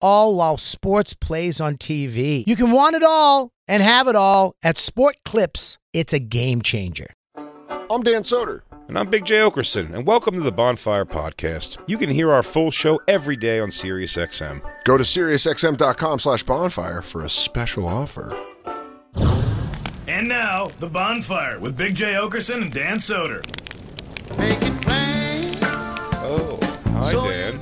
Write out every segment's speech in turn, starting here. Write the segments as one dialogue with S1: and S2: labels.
S1: all while sports plays on TV. You can want it all and have it all at Sport Clips. It's a game changer.
S2: I'm Dan Soder.
S3: And I'm Big J. Okerson, and welcome to the Bonfire Podcast. You can hear our full show every day on SiriusXM.
S2: Go to SiriusXM.com slash bonfire for a special offer.
S4: And now, The Bonfire with Big J. Okerson and Dan Soder.
S5: Make it plain.
S3: Oh, hi, Dan.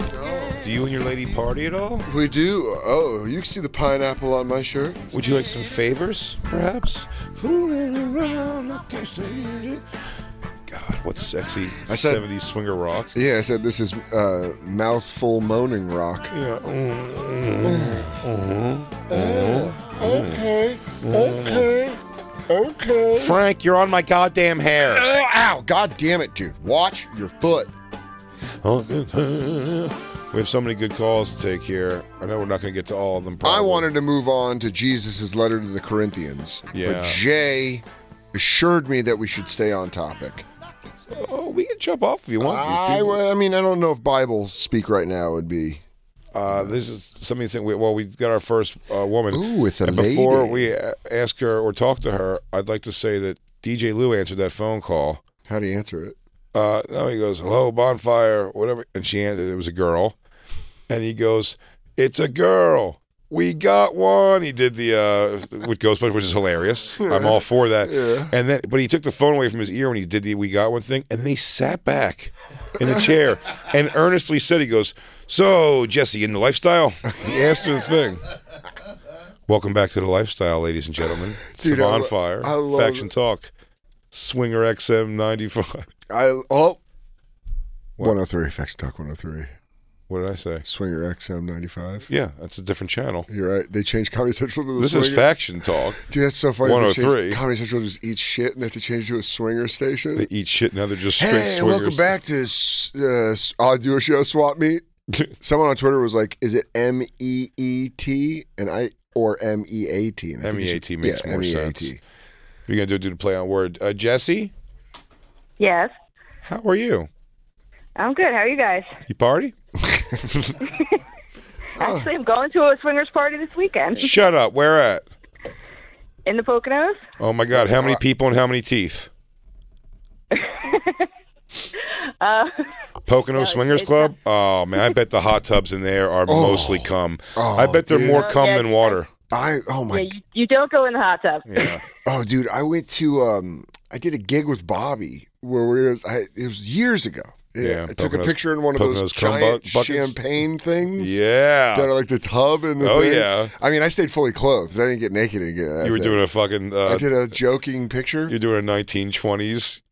S3: Do you and your lady party at all?
S2: We do. Oh, you can see the pineapple on my shirt.
S3: Would you like some favors, perhaps? Fooling around like they say it. God, what sexy
S2: I said-
S3: 70s swinger rock.
S2: Yeah, I said this is uh, mouthful moaning rock.
S3: Yeah. Oh.
S2: mm. Oh. Okay, okay, okay.
S3: Frank, you're on my goddamn hair.
S2: Oh, ow, god damn it, dude. Watch your foot.
S3: Oh, We have so many good calls to take here. I know we're not going to get to all of them.
S2: I
S3: probably.
S2: wanted to move on to Jesus' letter to the Corinthians,
S3: Yeah.
S2: but Jay assured me that we should stay on topic.
S3: Oh, we can jump off if you want.
S2: I, I mean, I don't know if Bible speak right now would be.
S3: Uh, this is somebody saying, we- well, we got our first uh, woman.
S2: Ooh, with a
S3: and before
S2: lady.
S3: we uh, a- ask her or talk to her, I'd like to say that DJ Lou answered that phone call.
S2: How do you answer it?
S3: Uh, now he goes, hello, bonfire, whatever. And she answered, it was a girl. And he goes, it's a girl. We got one. He did the uh, with Ghostbusters, which is hilarious. I'm all for that. And then, but he took the phone away from his ear when he did the "We Got One" thing, and then he sat back in the chair and earnestly said, "He goes, so Jesse in the lifestyle." He asked her the thing. Welcome back to the lifestyle, ladies and gentlemen. It's
S2: Dude,
S3: the
S2: I lo-
S3: bonfire,
S2: I love
S3: faction
S2: it.
S3: talk, swinger XM ninety five.
S2: I oh.
S3: What?
S2: 103 Faction oh Talk 103
S3: What did I say?
S2: Swinger XM 95.
S3: Yeah, that's a different channel.
S2: You're right. They changed Comedy Central to the
S3: This
S2: Swinger.
S3: is faction talk.
S2: Dude, that's so funny. They changed-
S3: 103.
S2: Comedy Central just eats shit and they have to change to a swinger station.
S3: They eat shit now. They're just straight
S2: hey,
S3: swingers.
S2: welcome back to s- uh, s- I'll do a show swap meet. Someone on Twitter was like, "Is it M E E T and I or M E A T?" And I think it should-
S3: M.E.A.T. makes
S2: yeah, E
S3: more
S2: M.E.A.T..
S3: sense. You're gonna do do the play on word. Uh, Jesse,
S6: Yes.
S3: how are you?
S6: I'm good. How are you guys?
S3: You party?
S2: Oh.
S6: Actually, I'm going to a swingers party this weekend
S3: Shut up. Where at?
S6: in the Poconos.
S3: Oh my God! How
S2: Uh,
S3: many people and how many teeth?
S6: Uh,
S3: Pocono Swingers Club. Oh man, I bet the hot tubs in there are mostly cum.
S2: Oh,
S3: I bet they're
S2: dude.
S3: more
S6: Oh,
S3: cum
S6: yeah,
S3: than
S6: you
S3: water.
S2: I oh my
S6: Yeah, you, you don't go in the hot tub.
S3: Yeah.
S2: Oh, dude, I went to um, I did a gig with Bobby where we was, I, it was years ago. Yeah,
S3: Yeah,
S2: I took a
S3: Poconos-
S2: picture in one of
S3: Poconos
S2: those
S3: cum
S2: giant
S3: buck- buckets.
S2: champagne things. that
S3: Yeah.
S2: are like the tub and the
S3: Oh,
S2: thing.
S3: yeah.
S2: I mean, I stayed fully clothed. I didn't get naked again.
S3: You were doing a fucking.
S2: I
S3: Uh,
S2: did a joking picture.
S3: you're doing a 1920s.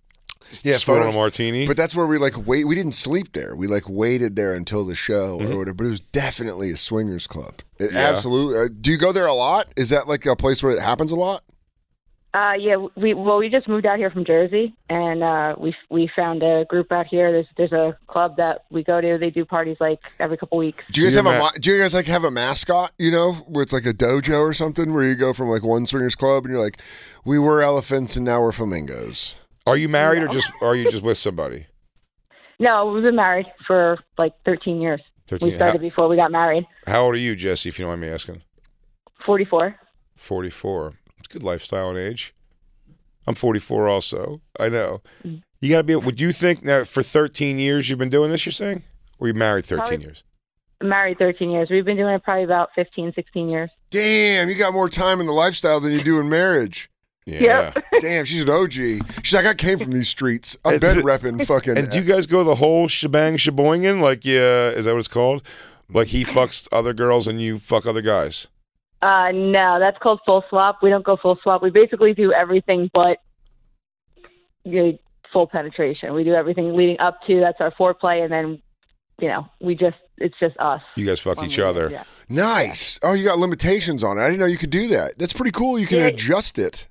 S2: Yeah,
S3: swirling a
S2: photos.
S3: martini.
S2: But that's where we like wait. We didn't sleep there. We like waited there until the show or whatever. But it was definitely a swingers club. It
S3: Mm-hmm. Yeah.
S2: absolutely. Uh, do you go there a lot? Is that like a place where it happens a lot?
S6: Uh, yeah, we well, we just moved out here from Jersey, and uh, we we found a group out here. There's there's a club that we go to. They do parties like every couple weeks.
S2: Do you guys
S3: You're
S2: have a
S3: ma-
S2: ma- Do you guys like have a mascot? You know, where it's like a dojo or something, where you go from like one swingers club and you're like, we were elephants and now we're flamingos.
S3: Are you married or just? Are you just with somebody?
S6: No, we've been married for like 13 years.
S3: 13
S6: we started
S3: how-
S6: before we got married.
S3: How old are you, Jesse? If you don't mind me asking.
S6: 44.
S3: 44. It's good lifestyle and age. I'm 44 also. I know. You got to be. Would you think now for 13 years you've been doing this? You're saying, or you married 13
S6: Probably-
S3: years?
S6: married 13 years. We've been doing it probably about 15, 16 years.
S2: Damn, you got more time in the lifestyle than you do in marriage.
S3: Yeah.
S2: Damn, she's an OG. She's like, I came from these streets. I've been repping fucking.
S3: And do you guys go the whole shebang sheboingin? Like, yeah, is that what it's called? Like he fucks other girls and you fuck other guys.
S6: Uh, no, that's called full swap. We don't go full swap. We basically do everything but you know, full penetration. We do everything leading up to that's our foreplay, and then you know we just it's just us.
S3: You guys fuck
S6: when
S3: each
S6: we-
S3: other.
S6: Yeah.
S2: nice. Oh, you got limitations on it. I didn't know you could do that. That's pretty cool. You can
S6: Yeah.
S2: adjust it.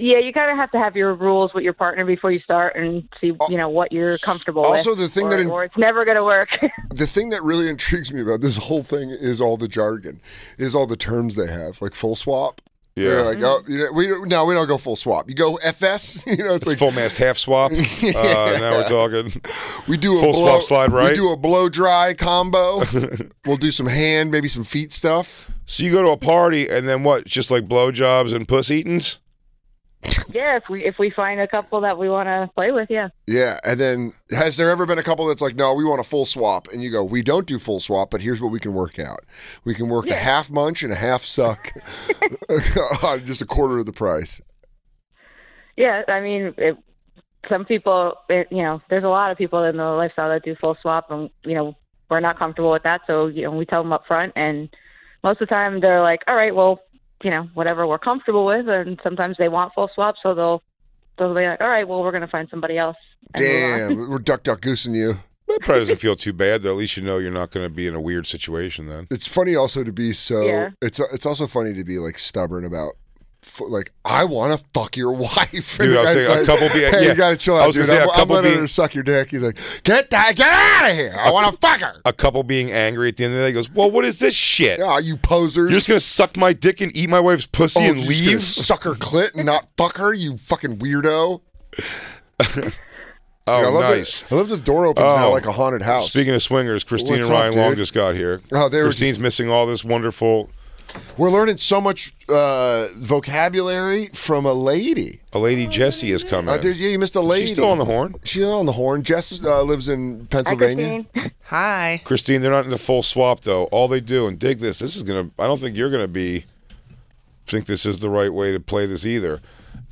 S6: Yeah, you kind of have to have your rules with your partner before you start and see, you know, what you're comfortable
S2: also
S6: with.
S2: the thing
S6: or,
S2: that in-
S6: or it's never going to work.
S2: The thing that really intrigues me about this whole thing is all the jargon, is all the terms they have, like full swap.
S3: Yeah.
S2: They're like,
S6: Mm-hmm.
S2: oh, you know, we don't- no, we don't go full swap. You go FS. You know, it's,
S3: It's
S2: like
S3: full mast half swap. uh, now we're talking.
S2: we do a
S3: full
S2: blow,
S3: swap slide right.
S2: We do a blow dry combo. we'll do some hand, maybe some feet stuff.
S3: So you go to a party and then what? Just like blowjobs and puss eatings?
S6: yeah, if we if we find a couple that we want to play with, yeah.
S2: Yeah, and then has there ever been a couple that's like, no, we want a full swap, and you go, we don't do full swap, but here's what we can work out: we can work a half munch and a half suck on just a quarter of the price.
S6: Yeah, I mean, it, some people, it, you know, there's a lot of people in the lifestyle that do full swap, and you know, we're not comfortable with that, so you know, we tell them up front, and most of the time they're like, all right, well, you know, whatever we're comfortable with, and sometimes they want full swap, so they'll they'll be like, all right, well, we're going to find somebody else. and move on.
S2: Damn, we're duck duck goosing you.
S3: That probably doesn't feel too bad though. At least you know you're not going to be in a weird situation then.
S2: It's funny also to be so.
S6: Yeah.
S2: It's it's also funny to be like stubborn about. f- Like I want to fuck your wife. And
S3: Dude,
S2: the
S3: I was
S2: guy's
S3: saying a
S2: like,
S3: couple be-
S2: Hey,
S3: yeah.
S2: you gotta chill
S3: I
S2: out,
S3: was
S2: dude.
S3: gonna say
S2: I'm,
S3: a
S2: I'm
S3: couple
S2: letting
S3: be-
S2: her suck your dick. He's like, get that, get out of here. I want to fuck her.
S3: A couple being angry at the end of the day goes, "Well, what is this shit?
S2: Yeah, you posers.
S3: You're just going to suck my dick and eat my wife's pussy
S2: Oh,
S3: and
S2: you're just gonna
S3: leave?"
S2: suck her clit and not fuck her, you fucking weirdo. Dude, I
S3: Oh,
S2: love that-
S3: nice.
S2: I love the door opens now
S3: Oh.
S2: like a haunted house.
S3: Speaking of swingers, Christine
S2: What's
S3: and
S2: up,
S3: Ryan Long
S2: dude?
S3: just got here.
S2: Oh, they were
S3: Christine's
S2: just-
S3: missing all this wonderful.
S2: We're learning so much uh, vocabulary from a lady.
S3: A lady Jessie is coming.
S2: Uh, dude, yeah, you missed a lady.
S3: She's still on the horn.
S2: She's on the horn. Jess uh, lives in
S6: Hi,
S2: Pennsylvania.
S6: Christine.
S7: Hi.
S3: Christine, they're not into full swap though. All they do and dig this. This is gonna. I don't think you're gonna be. Think this is the right way to play this either.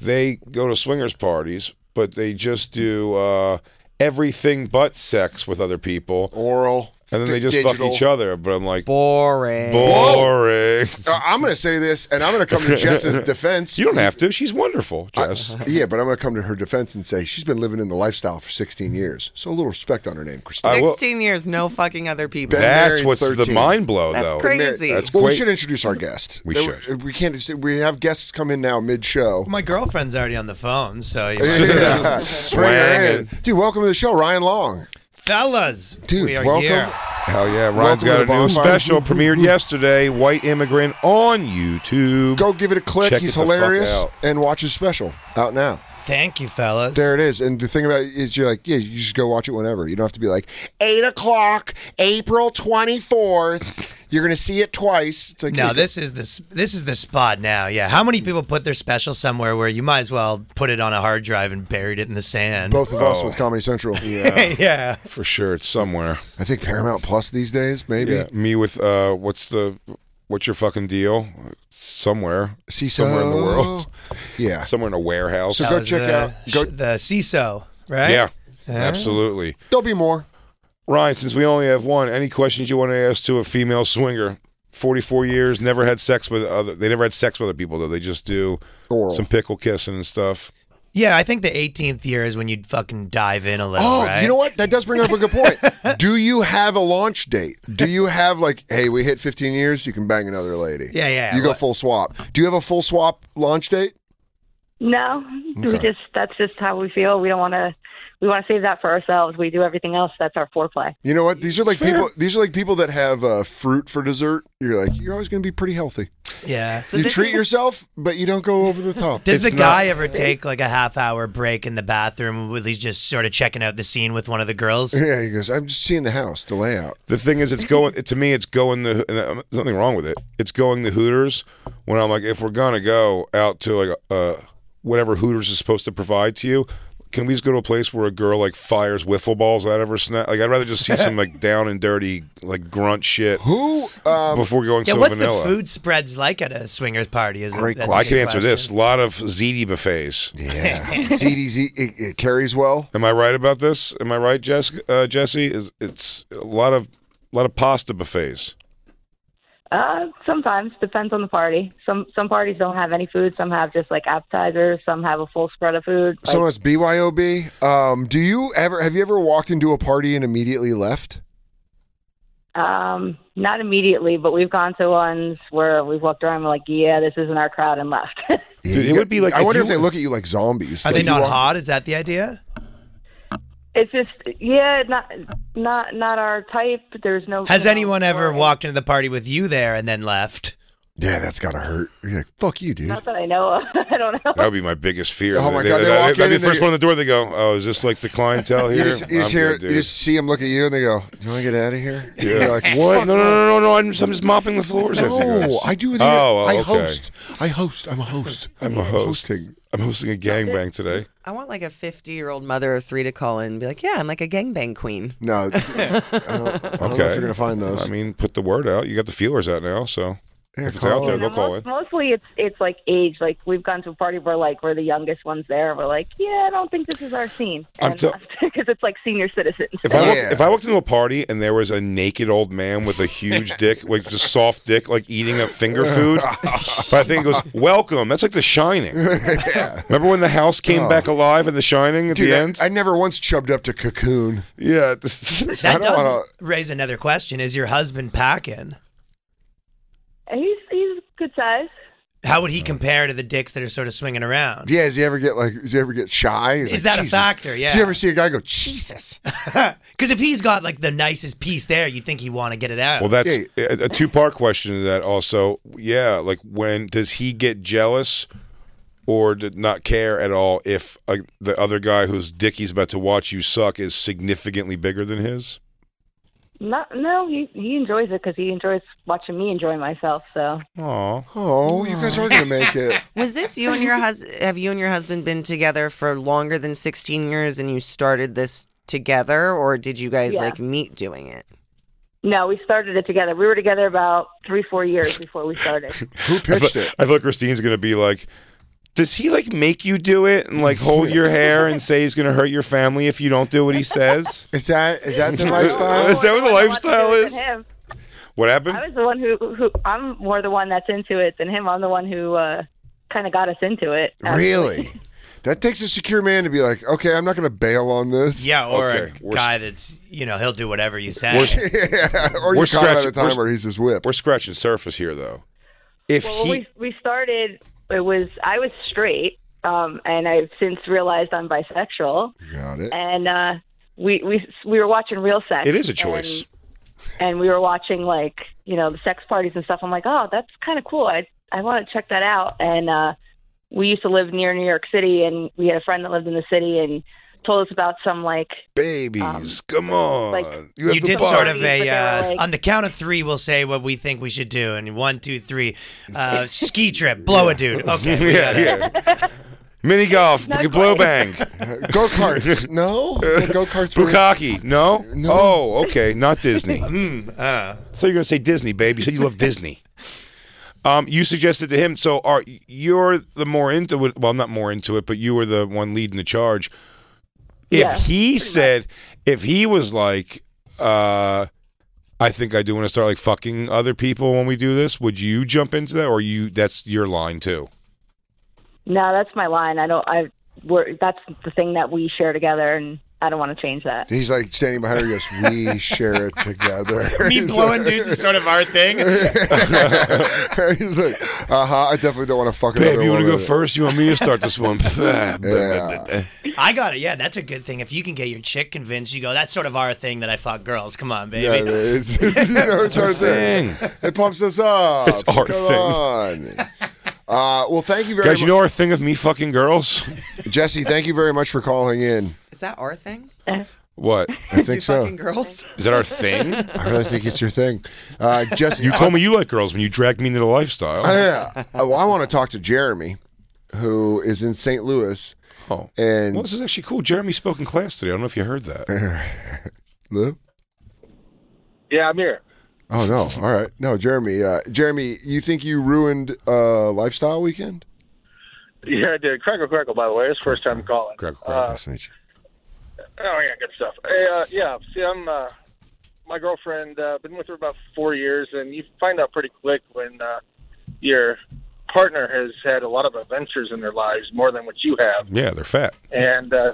S3: They go to swingers parties, but they just do uh, everything but sex with other people,
S2: Oral.
S3: and then they
S2: Fi-
S3: just
S2: digital.
S3: fuck each other. But I'm like
S7: Boring.
S3: boring.
S2: Uh, I'm going to say this, and I'm going to come to Jess's defense.
S3: you don't have to. She's wonderful, Jess.
S2: Yeah, but I'm going to come to her defense and say she's been living in the lifestyle for 16 years. So a little respect on her name, Christine.
S3: I will-
S7: 16 years, no fucking other people.
S2: That-
S3: That's
S2: married
S3: what's the
S2: 13.
S3: mind blow
S7: That's
S3: though.
S7: crazy. That's
S2: well, we
S3: great.
S2: should introduce our guest.
S3: We
S2: There-
S3: should.
S2: We can't. We have guests come in now mid-show.
S8: My girlfriend's already on the phone, so you might-
S2: Yeah.
S3: Swang
S2: Bring her in.
S3: it.
S2: dude. Welcome to the show, Ryan Long.
S8: fellas,
S2: Dude,
S8: we are
S2: welcome.
S8: here.
S3: Hell yeah! Ryan's
S2: Welcome to
S3: got a
S2: the
S3: new
S2: bonfire.
S3: special premiered yesterday. White immigrant on YouTube.
S2: Go give it a click.
S3: Check
S2: He's
S3: it the fuck
S2: hilarious,
S3: out.
S2: and watch his special out now.
S8: Thank you, fellas.
S2: There it is. And the thing about it is, you're like, yeah, you just go watch it whenever. You don't have to be like eight o'clock, April twenty fourth. You're gonna see it twice. It's like
S8: no,
S2: yeah,
S8: this is the s- this is the spot now. Yeah, how many people put their special somewhere where you might as well put it on a hard drive and buried it in the sand?
S2: Both of us
S3: Oh.
S2: with Comedy Central. Yeah,
S8: yeah,
S3: For sure, it's somewhere.
S2: I think Paramount Plus these days, maybe.
S3: Yeah, me with uh, what's the, what's your fucking deal? Somewhere,
S2: See
S3: somewhere in the
S2: so-
S3: world,
S2: Yeah.
S3: somewhere in a warehouse.
S2: So
S8: That
S2: go
S8: was
S2: check
S8: the,
S2: out- go-
S8: the CISO, right?
S3: yeah, absolutely.
S2: There'll be more.
S3: Ryan, since we only have one, any questions you want to ask to a female swinger? Forty-four years, never had sex with other. They never had sex with other people though. They just do
S2: Oral.
S3: some pickle kissing and stuff.
S8: yeah. I think the 18th year is when you'd fucking dive in a little.
S2: Oh,
S8: right?
S2: you know what? That does bring up a good point. Do you have a launch date? Do you have like, hey, we hit 15 years, you can bang another lady?
S8: Yeah, yeah,
S2: You go
S8: what-
S2: full swap. Do you have a full swap launch date?
S6: No, we
S2: Okay.
S6: just that's just how we feel. We don't want to. We want to save that for ourselves. We do everything else. That's our foreplay.
S2: You know what? These are like people. These are like people that have uh, fruit for dessert. You're like, you're always going to be pretty healthy.
S8: Yeah.
S7: So
S2: you
S7: this
S2: treat
S7: is-
S2: yourself, but you don't go over the top.
S8: Does
S3: It's
S8: the
S3: not-
S8: guy ever take like a half hour break in the bathroom where he's just sort of checking out the scene with one of the girls?
S2: yeah, he goes. I'm just seeing the house, the layout.
S3: The thing is, it's going to me. It's going the. And uh, there's nothing wrong with it. It's going the Hooters. When I'm like, if we're gonna go out to like uh, whatever Hooters is supposed to provide to you, Can we just go to a place where a girl like fires wiffle balls out of her snap? Like I'd rather just see some like down and dirty like grunt shit.
S2: Who
S3: before going
S8: Yeah,
S3: so
S8: what's
S3: vanilla?
S8: the food spreads like at a swingers party? Is
S2: Great
S8: it, that's a
S3: Well, I
S8: good
S3: can answer
S8: question.
S3: this. A lot of ziti buffets.
S2: Yeah, eh, CDZ it, it carries well.
S3: Am I right about this? Am I right, Jess, uh, Jesse? Is it's a lot of lot of pasta buffets.
S6: Uh, sometimes depends on the party. Some some parties don't have any food. Some have just like appetizers. Some have a full spread of food. Like,
S2: So it's BYOB. Um, do you ever have you ever walked into a party and immediately left?
S6: um, not immediately, but we've gone to ones where we've walked around and we're like, yeah, this isn't our crowd, and left.
S3: Dude, it would be like
S2: I
S3: if
S2: wonder
S3: you
S2: if they
S3: were-
S2: look at you like zombies.
S8: Are
S2: Like,
S8: they
S2: you
S8: not
S2: walk-
S8: hot? Is that the idea?
S6: it's just yeah, not not not our type. There's no.
S8: Has
S6: you know,
S8: anyone ever
S6: or-
S8: walked into the party with you there and then left?
S2: Yeah, that's gotta hurt. You're like, fuck you, dude.
S6: Not that I know of. I don't know.
S3: That would be my biggest fear.
S2: Oh my God, they walk
S3: would
S2: in and
S3: be the first
S2: they-
S3: one in the door. They go, "Oh, is this like the clientele Oh, here?"
S2: You just, you
S3: I'm
S2: just hear,
S3: good, dude.
S2: you just see them look at you, and they go, "Do you want to get out of here?" And
S3: Yeah.
S2: You're like,
S3: What?
S2: "What?
S3: No, no, no, no, no! I'm just, I'm just mopping the floors. as he
S2: No,
S3: goes.
S2: I do. The,
S3: Oh,
S2: I
S3: okay.
S2: host. I host. I'm a host.
S3: I'm a host.
S2: hosting.
S3: I'm hosting a gangbang today.
S7: I want like a 50 year old mother of three to call in and be like, yeah, I'm like a gangbang queen.
S2: No, I don't, I don't know
S3: Okay.
S2: if you're gonna find those.
S3: I mean, put the word out. You got the feelers out now, so
S2: Yeah,
S3: if it's out
S2: call
S3: there,
S2: it.
S3: they'll call it.
S6: Most- Mostly, it's it's like age. Like we've gone to a party where like we're the youngest ones there. and We're like, yeah, I don't think this is our scene,
S3: I'm
S6: because
S3: so-
S6: it's like senior citizens.
S3: If I, walked,
S2: Yeah.
S3: if I walked into a party and there was a naked old man with a huge dick, like just soft dick, like eating up finger food, but I think it goes, welcome. That's like The Shining. Remember when the house came
S2: Oh,
S3: back alive in The Shining at
S2: Dude,
S3: the
S2: I-
S3: end?
S2: I, never once chubbed up to cocoon.
S3: yeah.
S2: I
S8: That
S2: don't
S8: does
S2: wanna-
S8: raise another question. Is your husband packing?
S6: He's he's good size.
S8: How would he compare to the dicks that are sort of swinging around?
S2: Yeah, does he ever get like? Does he ever get shy? He's
S8: Is
S2: like,
S8: that a
S2: "Jesus."
S8: factor?
S2: Did you
S8: Yeah.
S2: ever see a guy go, Jesus?
S8: Because if he's got like the nicest piece there, you'd think he'd want to get it out.
S3: Well, that's a, a two part question to that also. Yeah, like when does he get jealous or did not care at all if uh the other guy whose dick he's about to watch you suck is significantly bigger than his?
S6: Not no, he he enjoys it because he enjoys watching me enjoy myself. So
S3: Aw.
S2: Oh, you guys are gonna make it.
S7: Was this you and your husband? Have you and your husband been together for longer than 16 years and you started this together or did you guys
S6: Yeah.
S7: like meet doing it?
S6: no, we started it together. We were together about three four years before we started.
S2: Who
S3: I
S2: pitched
S3: feel,
S2: it?
S3: I feel like Christine's gonna be like, does he like make you do it and like hold your hair and say he's gonna hurt your family if you don't do what he says?
S2: Is that is that the lifestyle?
S3: Is that what the
S6: I wanted to
S3: lifestyle
S6: do it
S3: is?
S6: with him.
S3: What happened?
S6: I was the one who who I'm more the one that's into it than him. I'm the one who uh, kind of got us into it.
S2: Really? That takes a secure man to be like, okay, I'm not going to bail on this.
S8: yeah, or
S3: Okay,
S8: a
S3: we're-
S8: guy that's you know he'll do whatever you say.
S2: yeah. Or you caught him at
S3: We're
S2: a
S3: scratching-
S2: time
S3: we're-
S2: where he's his whip.
S3: We're scratching surface here though. If
S6: Well,
S3: he
S6: when we we started. It was I was straight, um, and I've since realized I'm bisexual.
S2: Got it.
S6: And uh, we we we were watching Real Sex.
S3: it is a
S6: and-
S3: choice.
S6: and we were watching like you know the sex parties and stuff. I'm like, oh, that's kind of cool. I I want to check that out. And uh, we used to live near New York City, and we had a friend that lived in the city and told us about some like
S3: Babies, come on.
S6: like-
S3: have
S8: you
S3: to
S8: did
S3: bark.
S8: sort of
S6: But they
S8: a
S6: were
S8: uh,
S6: like-
S8: on the count of three we'll say what we think we should do and one two three uh, ski trip blow a dude okay we got
S3: yeah,
S8: it.
S3: yeah. Mini golf,
S6: Not
S3: blow bang,
S2: Go karts. no? Go karts.
S3: bukkake. No?
S2: No.
S3: Oh, okay. Not Disney. I
S8: Mm, uh.
S3: thought you were gonna say Disney, babe. You said you love Disney. Um, you suggested to him. So, are you're the more into it? Well, not more into it, but you were the one leading the charge. If
S6: Yeah,
S3: he said, if he was like, uh, I think I do want to start like fucking other people when we do this, would you jump into that, or you? That's your line too.
S6: no, that's my line. I don't. I we're, that's the thing that we share together, and I don't want to change that.
S2: He's like standing behind her. He goes, "We share it together."
S8: me
S2: He's
S8: blowing
S2: like-
S8: dudes is sort of our thing
S2: he's like, "Uh huh." I definitely don't want to fuck another
S3: wanna
S2: woman.
S3: first? You want me to start this one?
S2: Yeah.
S8: I got it yeah that's a good thing if you can get your chick convinced you go that's sort of our thing that I fuck girls come on
S2: Yeah,
S8: baby
S2: it's, you know, it's our thing. It pumps us up.
S3: It's our
S2: Come
S3: thing.
S2: on. Uh, well, thank you very
S3: Guys, you
S2: much,
S3: know our thing of me fucking girls?
S2: Jesse. Thank you very much for calling in.
S7: Is that our thing?
S3: What?
S2: I think so.
S7: Fucking girls?
S3: Is that our thing?
S2: I really think it's your thing, uh, Jesse. Oh,
S3: You told me you like girls when you dragged me into the lifestyle.
S2: Yeah. Uh, well, I want to talk to Jeremy. who is in St. Louis.
S3: Oh,
S2: and
S3: Well, this is actually cool. Jeremy spoke in class today. I don't know if you heard that.
S2: Lou.
S9: Yeah, I'm here.
S2: Oh no! All right, no, Jeremy. Uh, Jeremy, you think you ruined uh, lifestyle weekend?
S9: Yeah, I did. Crackle Crackle, by the way. It's the first time calling.
S2: Crackle
S9: Uh,
S2: Nice to meet you.
S9: oh, yeah, good stuff. Hey, uh, yeah, see, I'm uh, my girlfriend, uh, been with her about four years, and you find out pretty quick when uh, your partner has had a lot of adventures in their lives, more than what you have.
S3: yeah, they're fat.
S9: and uh,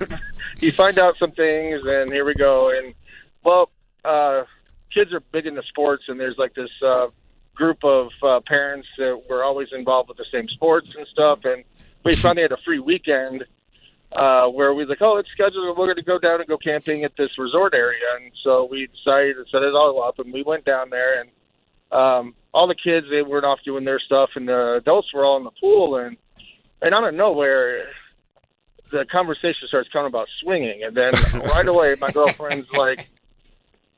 S9: you find out some things, and here we go. And well, uh, kids are big into sports, and there's like this uh, group of uh, parents that were always involved with the same sports and stuff. And we finally had a free weekend uh, where we was like, oh, it's scheduled. We're going to go down and go camping at this resort area. And so we decided to set it all up, and we went down there and. Um, all the kids they were off doing their stuff, and the adults were all in the pool. And and out of nowhere, the conversation starts coming about swinging, and then right away, my girlfriend's like,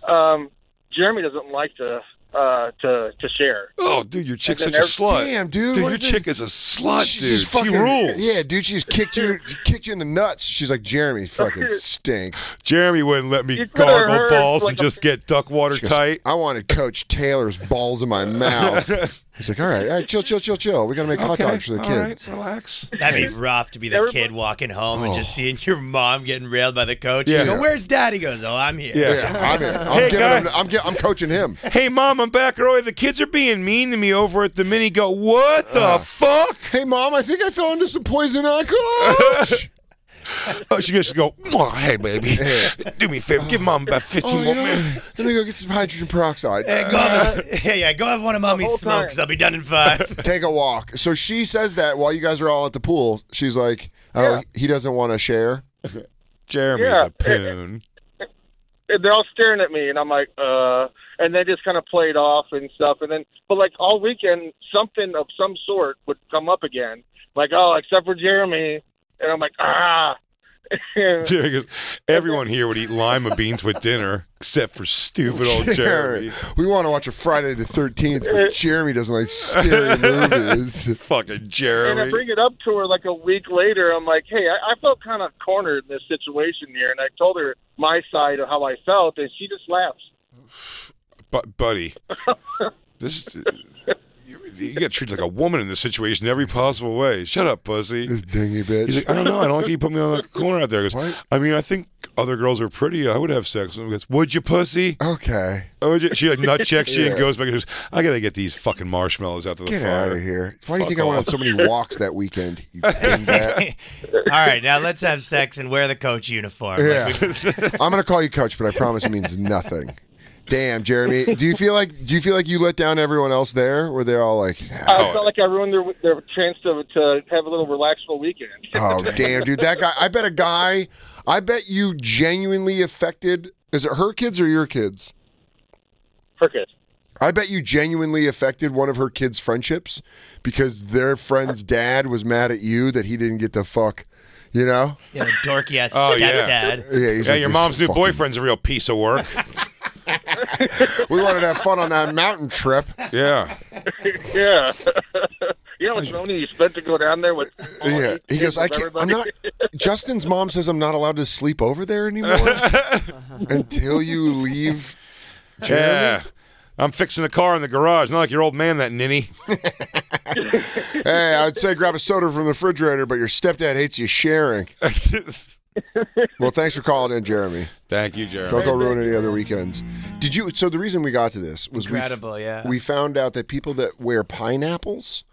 S9: um, "Jeremy doesn't like to uh, to to share."
S3: Oh, dude, your chick's
S9: And
S3: such a
S9: then
S3: slut.
S9: every-
S2: Damn, dude.
S3: Dude,
S2: what
S3: your
S2: is
S3: chick
S2: this?
S3: is a slut,
S2: She
S3: dude.
S2: just fucking-
S3: she rules.
S2: Yeah, dude. She just kicked you, kicked you in the nuts. She's like, Jeremy, fucking stinks.
S3: Jeremy wouldn't let me
S2: You could've
S3: gargle
S2: heard,
S3: balls
S2: like,
S3: and just get duck water
S2: She goes,
S3: tight.
S2: I wanted Coach Taylor's balls in my mouth. He's like, all right, all right, chill, chill, chill, chill. We gotta make hot
S8: Okay,
S2: dogs for the
S8: all
S2: kids.
S3: relax.
S8: That'd be rough to be the kid walking home and just seeing your mom getting railed by the coach.
S3: Yeah.
S8: You go,
S3: Yeah.
S8: where's dad? He goes, oh, I'm here.
S2: I'm in. I'm
S3: Hey,
S2: giving
S3: guy.
S2: him. I'm, gi- I'm coaching him.
S3: Hey, mom, I'm back early. The kids are being mean to me over at the mini. Go, what the fuck?
S2: Uh. Hey, mom, I think I fell into some poison coach.
S3: oh, she goes, she go, "Mwah, hey, baby. Do me a favor. Give mom about 15
S2: Oh, you
S3: more
S2: know what?
S3: minutes.
S2: Let me go get some hydrogen peroxide.
S8: Hey, go have a, yeah, yeah, go have one of mommy's smokes. I'll be done in five.
S2: Take a walk. So she says that while you guys are all at the pool, she's like, "Oh, he doesn't want to share."
S3: Jeremy's
S9: Yeah.
S3: a poon.
S9: And they're all staring at me, and I'm like, "Uh," and they just kind of played off and stuff. And then, but like all weekend, something of some sort would come up again, like, "Oh, except for Jeremy," and I'm like, "Ah."
S3: Jeremy goes, everyone here would eat lima beans with dinner except for stupid old Jeremy.
S2: We want to watch a Friday the Thirteenth, but Jeremy doesn't like scary movies.
S3: Fucking
S9: and I
S3: Jeremy.
S9: bring it up to her like a week later. I'm like, hey, I, I felt kind of cornered in this situation here, and I told her my side of how I felt, and she just laughs.
S3: But, buddy, this is. You, you got treated like a woman in this situation in every possible way. Shut up, pussy.
S2: This dingy bitch.
S3: He's like, I don't know. I don't like you put me on the corner out there. He goes, I mean, I think other girls are pretty. I would have sex. And he goes, Would you, pussy?
S2: Okay.
S3: Oh, would you? She like nut checks you
S2: Yeah.
S3: and goes back and goes, I gotta get these fucking marshmallows out to the
S2: Get
S3: fire.
S2: out of here. Why do you
S3: Fuck
S2: think I went on
S3: off.
S2: so many walks that weekend? You dingbat.
S8: All right, now let's have sex and wear the coach uniform. Like,
S2: Yeah.
S8: we-
S2: I'm gonna call you coach, but I promise it means nothing. Damn, Jeremy. Do you feel like do you feel like you let down everyone else there? Were they all like, "Ah,
S9: I felt like I ruined their their chance to to have a little relaxful weekend.
S2: Oh damn, dude! That guy. I bet a guy. I bet you genuinely affected. Is it her kids or your kids?
S9: Her kids.
S2: I bet you genuinely affected one of her kids' friendships because their friend's dad was mad at you that he didn't get the fuck. You know?
S8: yeah, the dorky ass
S3: Oh, yeah.
S8: stepdad.
S2: Yeah, he's
S3: Yeah,
S2: like
S3: your
S2: this
S3: mom's new
S2: fucking-
S3: boyfriend's a real piece of work.
S2: We wanted to have fun on that mountain trip.
S3: yeah.
S9: yeah. you know how much money you spent to go down there with? all
S2: Yeah.
S9: these
S2: He
S9: kids
S2: goes, I
S9: with
S2: can't. I'm
S9: everybody?"
S2: not. Justin's mom says I'm not allowed to sleep over there anymore until you leave.
S3: Yeah. I'm fixing a car in the garage, not like your old man that ninny.
S2: Hey, I'd say grab a soda from the refrigerator, but your stepdad hates you sharing. Well, thanks for calling in, Jeremy.
S3: Thank you, Jeremy.
S2: Don't go ruin any other weekends. Did you? So the reason we got to this was we f-
S8: Incredible, yeah.
S2: We found out that people that wear pineapples,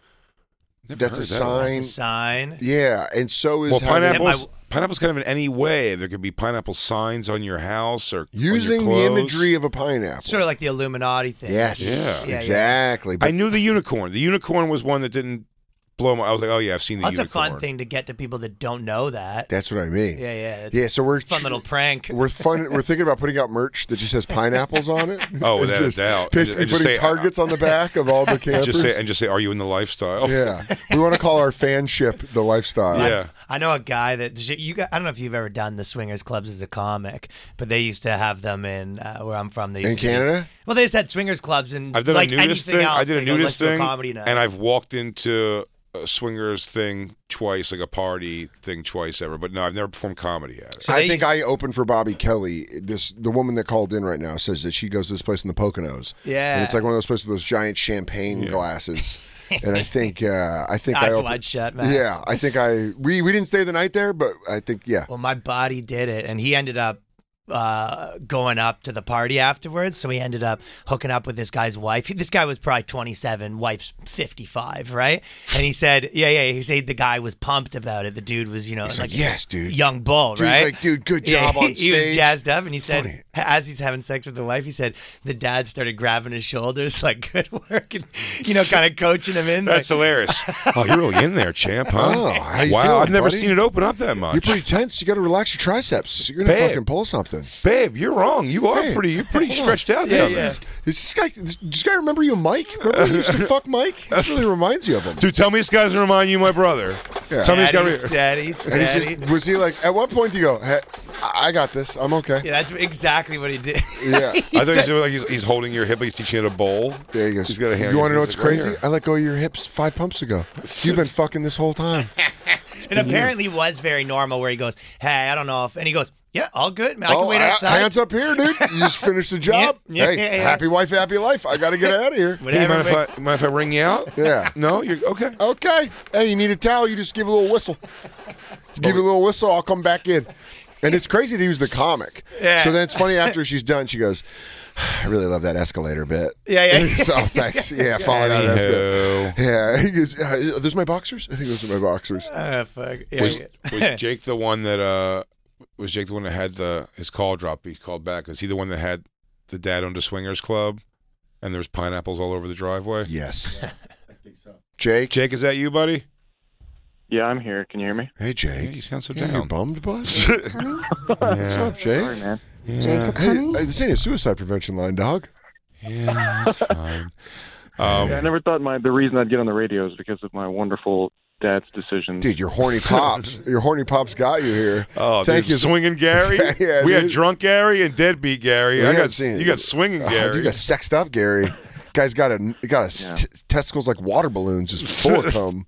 S2: that's a
S3: heard that.
S2: sign.
S8: That's a sign.
S2: Yeah, and so is
S3: Well,
S2: having-
S3: pineapples. Pineapples kind of in any way. There could be pineapple signs on your house or on your
S2: using the
S3: clothes.
S2: imagery of a pineapple.
S8: Sort of like the Illuminati thing.
S2: Yes,
S8: Yeah, yeah.
S2: exactly.
S3: I knew the unicorn. The unicorn was one that didn't blow my. I was like, oh yeah, I've seen the
S8: That's a
S3: unicorn.
S8: fun thing to get to people that don't know that.
S2: That's what I mean.
S8: Yeah, yeah. It's
S2: Yeah, so we're
S8: a fun little prank.
S2: We're fun. We're thinking about putting out merch that just has pineapples on it.
S3: Oh,
S2: And
S3: without a
S2: just
S3: doubt. And
S2: Basically,
S3: just
S2: putting
S3: say- uh,
S2: targets on the back of all the
S3: And
S2: campers.
S3: just say and just say, are you in the lifestyle?
S2: yeah, we want to call our fanship the lifestyle.
S3: Oh. Yeah.
S8: I- I know a guy that you got, I don't know if you've ever done the swingers clubs as a comic, but they used to have them in uh, where I'm from. They used
S3: In
S8: to do these-
S3: Canada?
S8: well, they just had swingers clubs and
S3: I've done
S8: like
S3: a nudist
S8: anything
S3: thing.
S8: else.
S3: I did a
S8: they go,
S3: nudist
S8: "Let's do
S3: thing,
S8: comedy night."
S3: and I've walked into a swingers thing twice, like a party thing twice ever. But no, I've never performed comedy at it.
S2: I think I opened for Bobby Kelly. This the woman that called in right now says that she goes to this place in the Poconos.
S8: Yeah.
S2: and it's like one of those places with those giant champagne glasses. And I think uh, I think I
S8: Eyes
S2: opened,
S8: wide shut, Max.
S2: Yeah, I think I we we didn't stay the night there, but I think yeah.
S8: Well, my body did it, and he ended up uh, going up to the party afterwards. So he ended up hooking up with this guy's wife. This guy was probably 27, wife's 55, right? And he said, yeah, yeah. He said the guy was pumped about it. The dude was, you know,
S2: He's
S8: like,
S2: like, "Yes, dude."
S8: young bull,
S2: Dude's
S8: right?
S2: like, "Dude, good
S8: Yeah,
S2: job on
S8: he, He was
S2: stage."
S8: jazzed up, and he
S2: Funny.
S8: said, as he's having sex with the wife, he said the dad started grabbing his shoulders, like, good work, and you know, kind of coaching him in.
S3: That's
S8: like,
S3: hilarious. oh, you're really in there, champ, huh?
S2: Oh, how you
S3: wow,
S2: feeling,
S3: I've never
S2: buddy?
S3: seen it open up that much.
S2: You're pretty tense. You got to relax your triceps. You're gonna
S3: Babe.
S2: fucking pull something.
S3: Babe, you're wrong. You are
S2: Hey,
S3: pretty. You're pretty
S2: hold on.
S3: stretched out
S2: Yeah,
S3: there.
S2: yeah. Is this guy? Does this guy remember you, Mike? Remember he used to fuck Mike? This really reminds you of him.
S3: Dude, tell me this guy doesn't remind you of my brother.
S2: Yeah.
S3: Tell me this guy.
S8: Steady, steady,
S2: And he's
S8: steady.
S2: just, was he like? At what point do you go? Hey, I I got this. I'm okay.
S8: Yeah, that's exactly what he did.
S2: Yeah.
S8: He
S3: I thought
S8: said-
S3: he's like he's, he's holding your hip. He's teaching you how to bowl.
S2: There you go.
S3: He's got a hand.
S2: You want to know what's
S3: He's like, right
S2: crazy?
S3: here.
S2: I let go of your hips five pumps ago. You've been fucking this whole time.
S8: And apparently was very normal where he goes, Hey, I don't know if and he goes, Yeah, all good, man. I can
S2: oh,
S8: wait
S2: ha-
S8: outside.
S2: hands up here, dude. You just finished the job.
S8: Yeah, yeah,
S2: hey,
S8: yeah, yeah.
S2: happy wife, happy life. I got to get out of here.
S3: Hey,
S8: Whatever.
S3: mind if I, mind if I ring you out?
S2: Yeah.
S3: No, you're okay.
S2: Okay. Hey, you need a towel? You just give a little whistle. You give a little whistle. I'll come back in. And it's crazy that he was the comic.
S8: Yeah.
S2: So then it's funny after she's done, she goes, I really love that escalator bit.
S8: Yeah, yeah.
S2: so thanks. Yeah, falling out of escalator.
S3: Anywho.
S2: Yeah. He goes, "Uh, are those my boxers? I think those are my boxers.
S8: Ah, fuck. Yeah,
S3: Was,
S8: yeah.
S3: was Jake the one that uh was Jake the one that had the his call drop? He called back. Is he the one that had the dad owned a swingers club and there's pineapples all over the driveway?
S2: Yes. I think so. Jake.
S3: Jake, is that you, buddy?
S9: Yeah, I'm here. Can you hear me?
S2: Hey,
S3: Hey,
S2: Jake.
S3: you sound so
S2: Yeah, you
S3: down.
S2: bummed, bud?
S3: Oh,
S2: What's
S3: yeah,
S2: up, Jake?
S9: Sorry, man.
S3: yeah,
S2: Hey, uh, this ain't a suicide prevention line, dog.
S3: yeah, it's fine. Um,
S9: Yeah, I never thought my the reason I'd get on the radio is because of my wonderful dad's decisions.
S2: Dude, your horny pops. your horny pops got you here.
S3: Oh,
S2: thank
S3: dude,
S2: you.
S3: swinging Gary.
S2: Yeah,
S3: we had
S2: dude.
S3: drunk Gary and deadbeat Gary.
S2: We
S3: I
S2: haven't
S3: got
S2: seen it.
S3: you got swinging
S2: Oh,
S3: Gary.
S2: you got sexed up, Gary. Guy's got a got a
S9: Yeah.
S2: t- testicles like water balloons, just full of cum.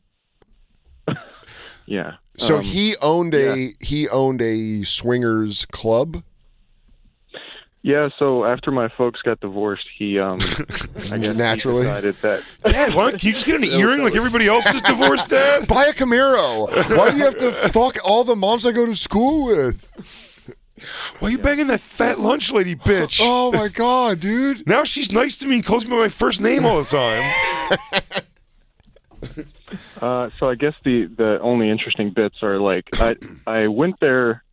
S9: Yeah.
S2: So
S9: Um,
S2: he owned a he owned a swingers club.
S9: Yeah, so after my folks got divorced, he um I guess he
S2: Naturally.
S9: decided that
S3: Dad, why don't you just get an earring like everybody else's divorced dad?
S2: Buy a Camaro. Why do you have to fuck all the moms I go to school with?
S3: Why are you banging that fat lunch lady bitch?
S2: Oh my god, dude.
S3: Now she's nice to me and calls me by my first name all the time.
S9: Uh, so I guess the the only interesting bits are like I I went there.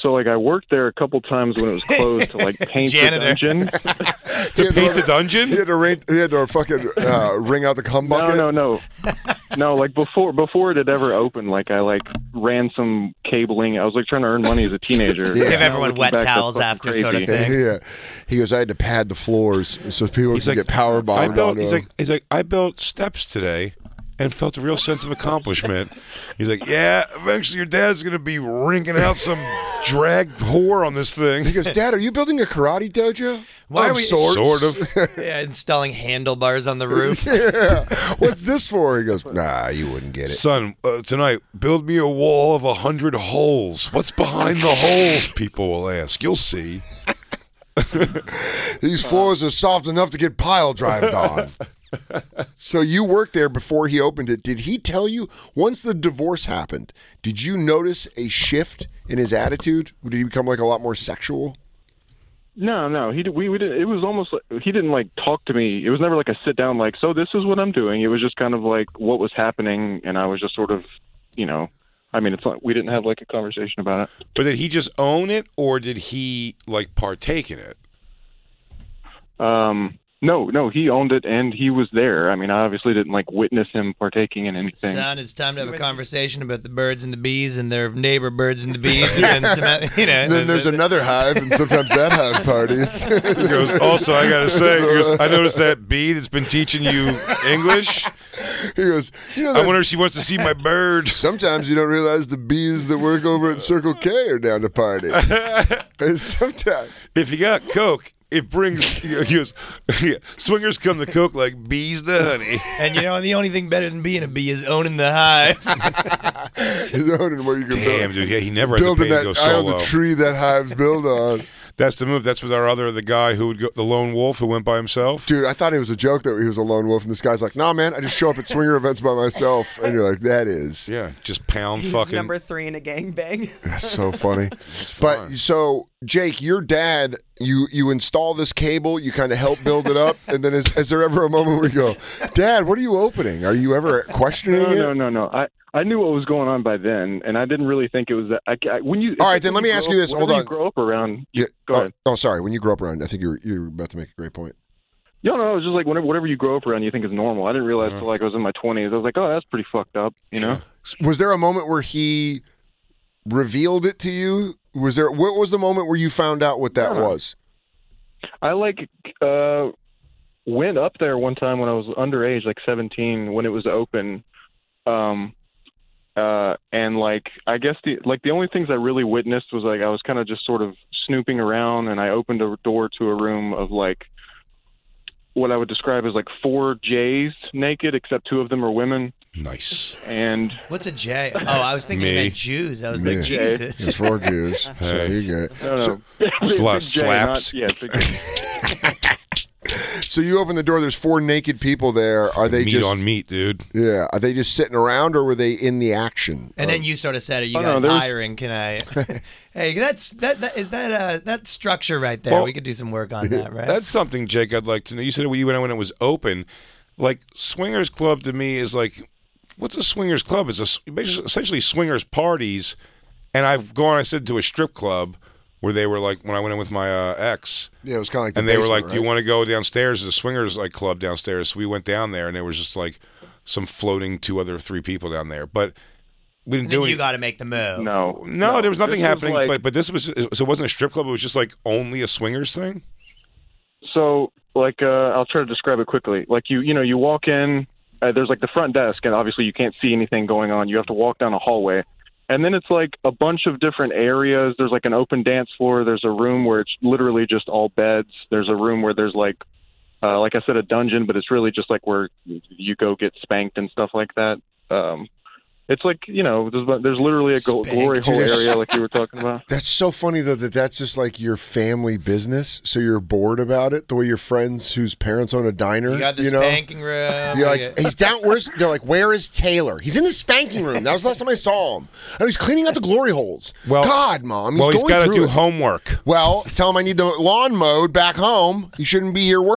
S9: So like I worked there a couple times when it was closed to like paint the
S8: Janitor.
S9: dungeon.
S3: to paint the dungeon?
S2: He had to ring, he had to fucking uh, ring out the cum
S9: No,
S2: bucket.
S9: no, no, no. Like before before it had ever opened, like I like ran some cabling. I was like trying to earn money as a teenager.
S2: Give
S9: Now
S8: everyone
S9: looking
S8: wet
S9: back, that's
S8: towels
S9: fucking
S8: after sort of
S9: crazy.
S8: thing.
S2: Yeah. He goes, I had to pad the floors so people
S3: He's
S2: could
S3: like,
S2: get power
S3: I
S2: bombed.
S3: built,
S2: onto
S3: he's
S2: him."
S3: like, he's like, I built steps today and felt a real sense of accomplishment. He's like, yeah, eventually your dad's going to be rinking out some drag whore on this
S2: he
S3: thing.
S2: goes, Dad, are you building a karate dojo?
S8: Why are
S2: of
S8: we-
S2: sorts.
S3: Sort of.
S8: yeah, installing handlebars on the roof.
S2: What's this for? He goes, Nah, you wouldn't get it.
S3: Son, uh, tonight, build me a wall of a hundred holes. What's behind the holes? People will ask. You'll see.
S2: These floors are soft enough to get pile drived on. so you worked there before he opened it. Did he tell you once the divorce happened? Did you notice a shift in his attitude? Did he become like a lot more sexual?
S9: No, no. He did- we we did, it was almost like, he didn't like talk to me. It was never like a sit down like so this is what I'm doing. It was just kind of like what was happening, and I was just sort of you know. I mean, it's like we didn't have like a conversation about it.
S3: But did he just own it or did he like partake in it?
S9: Um,
S10: No, no, he owned it and he was there. I mean, I obviously didn't like witness him partaking in anything.
S8: Son, it's time to have a conversation about the birds and the bees and their neighbor birds and the bees. And some, you know,
S2: then there's another hive, and sometimes that hive parties.
S3: He goes, also, I got to say, he goes, I noticed that bee that's been teaching you English.
S2: He goes, you know
S3: I wonder if she wants to see my bird.
S2: Sometimes you don't realize the bees that work over at Circle K are down to party. sometimes.
S3: If you got Coke, it brings he goes, swingers come to coke like bees to honey.
S8: And you know, the only thing better than being a bee is owning the hive.
S2: He's owning where you can
S3: Damn,
S2: build.
S3: dude, yeah, he never had the
S2: building
S3: pain to
S2: that
S3: go
S2: I own
S3: solo.
S2: the tree that hives build on.
S3: That's the move. That's with our other the guy who would go the lone wolf who went by himself.
S2: Dude, I thought it was a joke that he was a lone wolf, and this guy's like, "Nah, man, I just show up at swinger events by myself." And you're like, "That is,
S3: yeah, just pound
S7: He's
S3: fucking.
S7: number three in a gangbang.
S2: That's so funny. but so, Jake, your dad, you you install this cable, you kind of help build it up, and then is, is there ever a moment where you go, Dad, what are you opening? Are you ever questioning
S10: No, no,
S2: it?
S10: no, no. I, I knew what was going on by then, and I didn't really think it was that. I, I, when you
S2: All right, then let me ask you this.
S10: whenever
S2: Hold on.
S10: You grow up around.
S2: Yeah.
S10: Go
S2: oh,
S10: ahead.
S2: Oh, sorry. When you grow up around, I think you're you're about to make a great point.
S10: No, no, it was just like whenever, whatever you grow up around, you think is normal. I didn't realize till like I was in my twenties. I was like, oh, that's pretty fucked up, you know.
S2: Was there a moment where he revealed it to you? Was there what was the moment where you found out what that was?
S10: I like uh, went up there one time when I was underage, like seventeen, when it was open, um, uh, and like I guess the like the only things I really witnessed was like I was kind of just sort of snooping around, and I opened a door to a room of like what I would describe as like four J's naked, except two of them are women.
S3: Nice.
S10: And
S8: What's a J? Oh, I was thinking
S10: Me.
S8: that Jews. I was
S2: Yeah.
S8: like, Jesus.
S2: It's for Jews. So
S3: Hey.
S2: you get it.
S10: No, no.
S2: So,
S10: Big J, not- yeah, big J.
S2: so you open the door. There's four naked people there. Are they
S3: meat
S2: just
S3: on meat, dude?
S2: Yeah. Are they just sitting around, or were they in the action?
S8: And then you sort of said, "Are you
S2: Oh, no,
S8: guys
S2: there-
S8: hiring? Can I?" hey, that's that, that is that uh, that structure right there.
S3: Well-
S8: we could do some work on that, right?
S3: That's something, Jake. I'd like to know. You said when you went when it was open, like swingers club to me is like, what's a swingers club? It's a, s- basically- essentially swingers parties, and I've gone. I said to a strip club where they were like when I went in with my uh, ex.
S2: Yeah, it was kind of like. the
S3: and they were
S2: basement,
S3: like, "Do you
S2: right?
S3: want to go downstairs?" There's a swingers like club downstairs. So we went down there, and there was just like some floating two other three people down there, but we didn't
S8: And
S3: do
S8: then
S3: any-
S8: you got to make the move.
S10: No.
S3: no, there was nothing
S10: This was
S3: happening.
S10: like-
S3: but but this was so it wasn't a strip club. It was just like only a swingers thing.
S10: So, like, uh, I'll try to describe it quickly. Like, you, you know, you walk in. Uh, there's like the front desk, and obviously you can't see anything going on. You have to walk down a hallway, and then it's like a bunch of different areas. There's like an open dance floor. There's a room where it's literally just all beds. There's a room where there's like, uh, like I said, a dungeon, but it's really just like where you go get spanked and stuff like that. Um, it's like you know, there's, there's literally a gl- glory
S2: Spanked.
S10: hole
S2: Dude, there's-
S10: area, like you were talking about.
S2: That's so funny though that that's just like your family business. So you're bored about it, the way your friends whose parents own a diner.
S8: You got the
S2: know?
S8: spanking room.
S2: You're
S8: you
S2: like
S8: get-
S2: he's down. Where's they're like? Where is Taylor? He's in the spanking room. That was the last time I saw him. And he's cleaning out the glory holes.
S3: Well-
S2: God, mom. He's
S3: well, he's
S2: going
S3: gotta
S2: through
S3: do
S2: it.
S3: homework.
S2: Well, tell him I need the lawn mowed back home. You shouldn't be here working.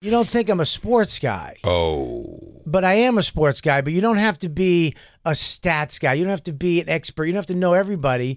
S1: You don't think I'm a sports guy,
S3: Oh.
S1: but I am a sports guy. But you don't have to be a stats guy. You don't have to be an expert. You don't have to know everybody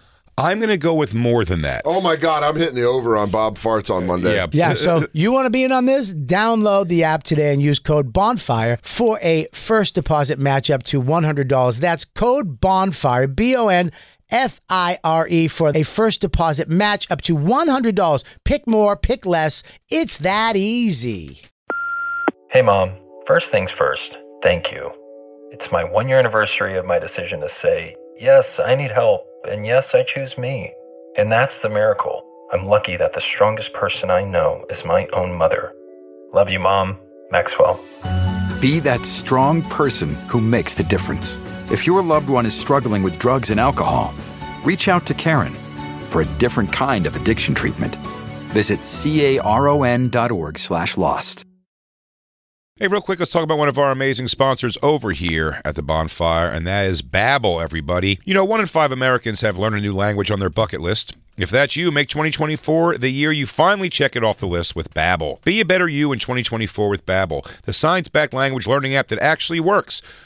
S3: I'm going to go with more than that.
S2: Oh my God, I'm hitting the over on Bob Farts on Monday.
S3: Yeah.
S1: Yeah, so you want to be in on this? Download the app today and use code BONFIRE for a first deposit match up to $100. That's code BONFIRE, B O N F I R E, for a first deposit match up to $100. Pick more, pick less. It's that easy.
S11: Hey, Mom. First things first, thank you. It's my one year anniversary of my decision to say, yes, I need help, and yes, I choose me. And that's the miracle. I'm lucky that the strongest person I know is my own mother. Love you, Mom. Maxwell.
S12: Be that strong person who makes the difference. If your loved one is struggling with drugs and alcohol, reach out to Karen for a different kind of addiction treatment. Visit caron.org slash lost.
S3: Hey, real quick, let's talk about one of our amazing sponsors over here at the bonfire, and that is Babbel, everybody. You know, one in five Americans have learned a new language on their bucket list. If that's you, make 2024 the year you finally check it off the list with Babbel. Be a better you in 2024 with Babbel, the science-backed language learning app that actually works.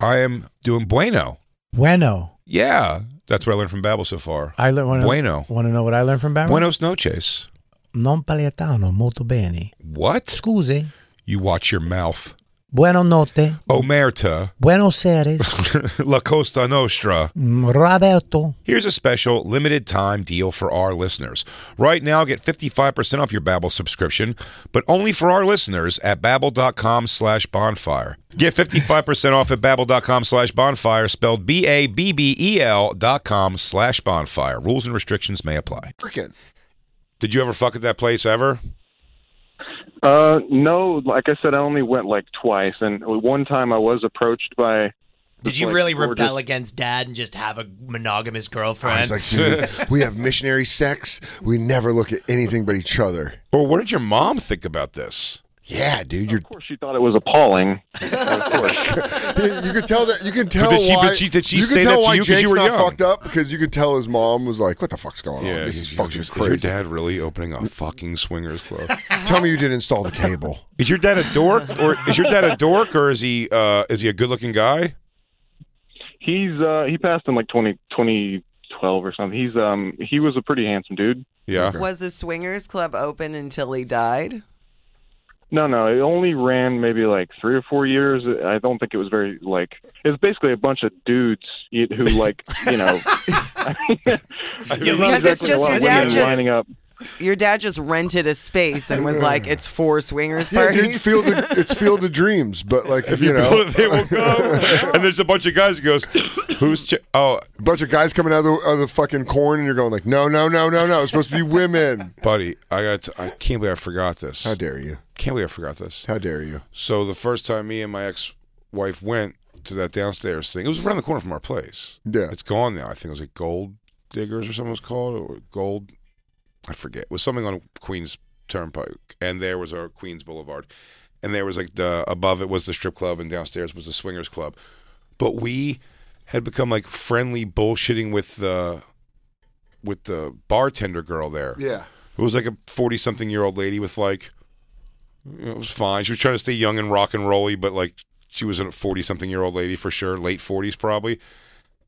S3: I am doing bueno.
S1: Bueno.
S3: Yeah, that's what I learned from Babbel so far.
S1: I learned. wanna-
S3: bueno.
S1: Want to know what I learned from Barry?
S3: Buenos noches.
S1: Non paliatano molto bene.
S3: What?
S1: Scusi.
S3: You watch your mouth.
S1: Buenos notte.
S3: Omerta,
S1: Buenos Aires.
S3: La Costa Nostra.
S1: Roberto.
S3: Here's a special limited time deal for our listeners. Right now, get 55% off your Babbel subscription, but only for our listeners at babbel.com slash bonfire. Get 55% off at babbel.com slash bonfire, spelled B-A-B-B-E-L E dot com slash bonfire. Rules and restrictions may apply.
S2: Freaking.
S3: Did you ever fuck at that place ever?
S10: Uh, no, like I said, I only went like twice, and one time I was approached by.
S8: Did you really rebel against dad and just have a monogamous girlfriend?
S2: I was like, dude, we have missionary sex. We never look at anything but each other.
S3: Or what did your mom think about this?
S2: Yeah, dude, you're. Of
S10: course, she thought it was appalling.
S2: you could tell that. You could tell
S3: did she-
S2: why.
S3: but she- did she
S2: you could
S3: say
S2: tell
S3: that to
S2: why
S3: you 'cause you
S2: Jake's
S3: were
S2: not
S3: young?
S2: fucked up because you could tell his mom was like, "What the fuck's going on?
S3: Yeah,
S2: This is
S3: you-
S2: fucking
S3: your, Your
S2: crazy."
S3: dad really opening a fucking swingers club.
S2: tell me you didn't install the cable.
S3: Is your dad a dork, or is your dad a dork, or is he uh, is he a good looking guy?
S10: He's uh, he passed in like 20, 2012 or something. He's um he was a pretty handsome dude.
S3: Yeah.
S7: Was the swingers club open until he died?
S10: No, no, it only ran maybe like three or four years. I don't think it was very like it was basically a bunch of dudes y- who like you know. I mean,
S7: Because it's
S10: exactly a
S7: just
S10: lot
S7: your
S10: of
S7: dad
S10: women
S7: just-
S10: lining up.
S7: Your dad just rented a space and was like, "It's four swingers
S2: Yeah,
S7: parties."
S2: dude, field of, it's field of dreams, but like if you
S3: People,
S2: know,
S3: they will come. and there's a bunch of guys who goes, who's ch- oh,
S2: a bunch of guys coming out of the, of the fucking corn, and you're going like, "No, no, no, no, no! It's supposed to be women."
S3: buddy? I got. I can't believe I forgot this.
S2: How dare you?
S3: Can't believe I forgot this.
S2: How dare you?
S3: So the first time me and my ex-wife went to that downstairs thing, it was around the corner from our place.
S2: Yeah.
S3: it's gone now. I think it was like Gold Diggers or something was called, or Gold. I forget. It was something on Queens Turnpike, and there was a Queens Boulevard, and there was like the above it was the strip club, and downstairs was the swingers club. But we had become like friendly bullshitting with the with the bartender girl there.
S2: Yeah.
S3: It was like a 40 something year old lady with like, it was fine. She was trying to stay young and rock and rolly, but like she was a 40 something year old lady for sure, late 40s probably.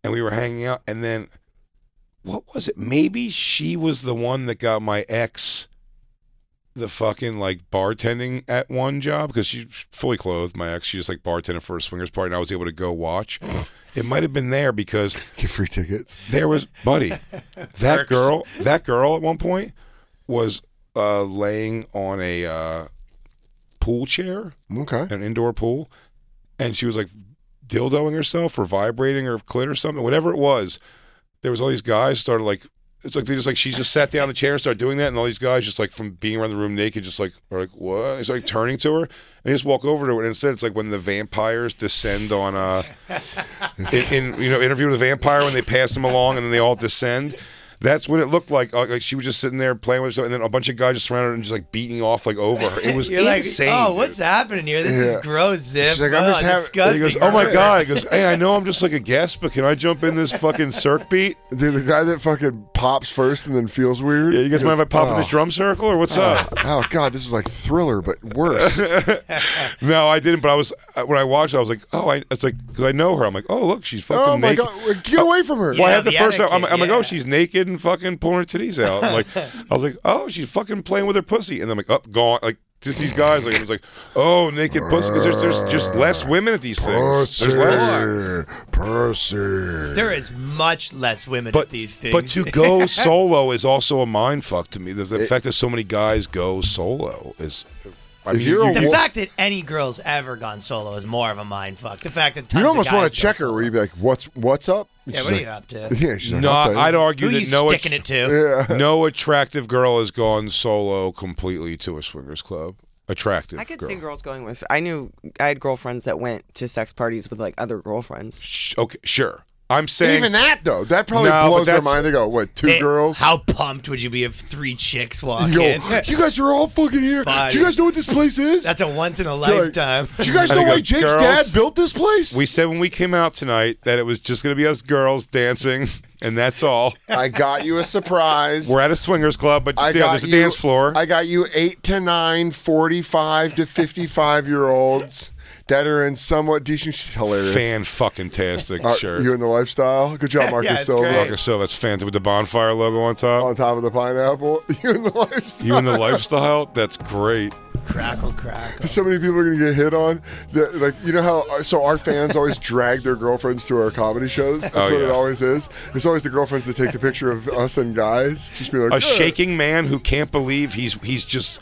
S3: And we were hanging out. And then what was it? Maybe she was the one that got my ex the fucking like bartending at one job because she's fully clothed. My ex, she just like bartended for a swingers party, and I was able to go watch. it might have been there because
S2: get free tickets.
S3: There was buddy, that girl, that girl at one point was uh, laying on a uh, pool chair,
S2: okay,
S3: an indoor pool, and she was like dildoing herself or vibrating her clit or something, whatever it was. There was all these guys started like it's like they just like she just sat down in the chair and started doing that, and all these guys just like from being around the room naked, just like are like what? It's like turning to her and they just walk over to her. And instead, it's like when the vampires descend on uh, in, in you know interview with a vampire when they pass them along and then they all descend. That's what it looked like. Uh, Like she was just sitting there playing with herself, and then a bunch of guys just surrounded her and just like beating off like over her. It was
S8: You're like,
S3: insane.
S8: oh,
S3: dude."
S8: what's happening here? This
S3: Yeah.
S8: is gross, Zip.
S3: She's like, I'm
S8: oh,
S3: just having.
S8: disgusting.
S3: He goes, oh my god. He goes, hey, I know I'm just like a guest, but can I jump in this fucking circ beat?
S2: Dude, the guy that fucking pops first and then feels weird. Yeah,
S3: you guys mind if I pop in this drum circle or what's up?
S2: Oh god, this is like Thriller, but worse.
S3: no, I didn't. But I was when I watched, it, I was like, oh, I, it's like because I know her. I'm like, oh, look, she's fucking.
S2: Oh my
S3: naked.
S2: God, get away from her.
S3: Well, I
S2: Yeah,
S3: had the,
S2: the
S3: first. time- I'm,
S2: etiquette,
S3: I'm like, oh, she's naked and fucking pulling her titties out. I'm like, I was like, oh, she's fucking playing with her pussy, and I'm like, up, gone. Like just these guys, like it was like, oh, naked pussy. Because there's, there's just less women at these things. There's less.
S2: Pussy.
S8: There is much less women at these things.
S3: But to go solo is also a mind fuck to me. There's the fact that so many guys go solo is. I
S2: If
S3: mean,
S2: you're a
S8: the
S3: you-
S8: fact that any girl's ever gone solo is more of a mind fuck. The fact that tons
S2: You'd
S8: of
S2: almost
S8: guys
S2: want to check her where you'd be like, What's what's up?
S8: Yeah,
S2: She's
S8: what are
S2: like-
S8: you up to?
S2: Oh. Yeah, she's like,
S3: no,
S2: "I'll tell you."
S3: I'd argue
S8: Who
S3: that
S8: you
S3: no,
S8: sticking it
S2: to? Yeah.
S3: no attractive girl has gone solo completely to a swingers club. Attractive.
S7: I could
S3: girl.
S7: see girls going with. I knew I had girlfriends that went to sex parties with like other girlfriends.
S3: Okay, sure. I'm saying
S2: Even that though, that probably
S3: No, but
S2: blows their
S3: that's-
S2: mind. They go, "What? Two
S8: Hey,
S2: girls?
S8: How pumped would you be if three chicks walk
S2: You go,
S8: in?
S2: you guys are all fucking here. Do you guys know what this place is?
S8: That's a once in a
S2: They're like,
S8: lifetime.
S2: Do you guys
S3: And
S2: know
S3: they go,
S2: why Jake's dad
S3: "Girls?"
S2: built this place?
S3: We said when we came out tonight that it was just going to be us girls dancing, and that's all.
S2: I got you a surprise.
S3: We're at a swingers club, but
S2: I
S3: still,
S2: got
S3: there's a
S2: you-
S3: dance floor.
S2: I got you eight to nine, 45 to 55 year olds that are in somewhat decent. She's hilarious.
S3: Fan fucking tastic.
S2: Uh,
S3: sure.
S2: You in the lifestyle? Good job, Marcus Silva.
S3: Marcus Silva, that's fantastic with the bonfire logo on top.
S2: On top of the pineapple. You in the lifestyle?
S3: You in the lifestyle? That's great.
S8: Crackle, crackle.
S2: So many people are going to get hit on. That, like you know how so our fans always drag their girlfriends to our comedy shows. That's
S3: Oh,
S2: what it
S3: yeah.
S2: always is. It's always the girlfriends that take the picture of us and guys. Just be like
S3: a
S2: "Eh."
S3: shaking man who can't believe he's he's just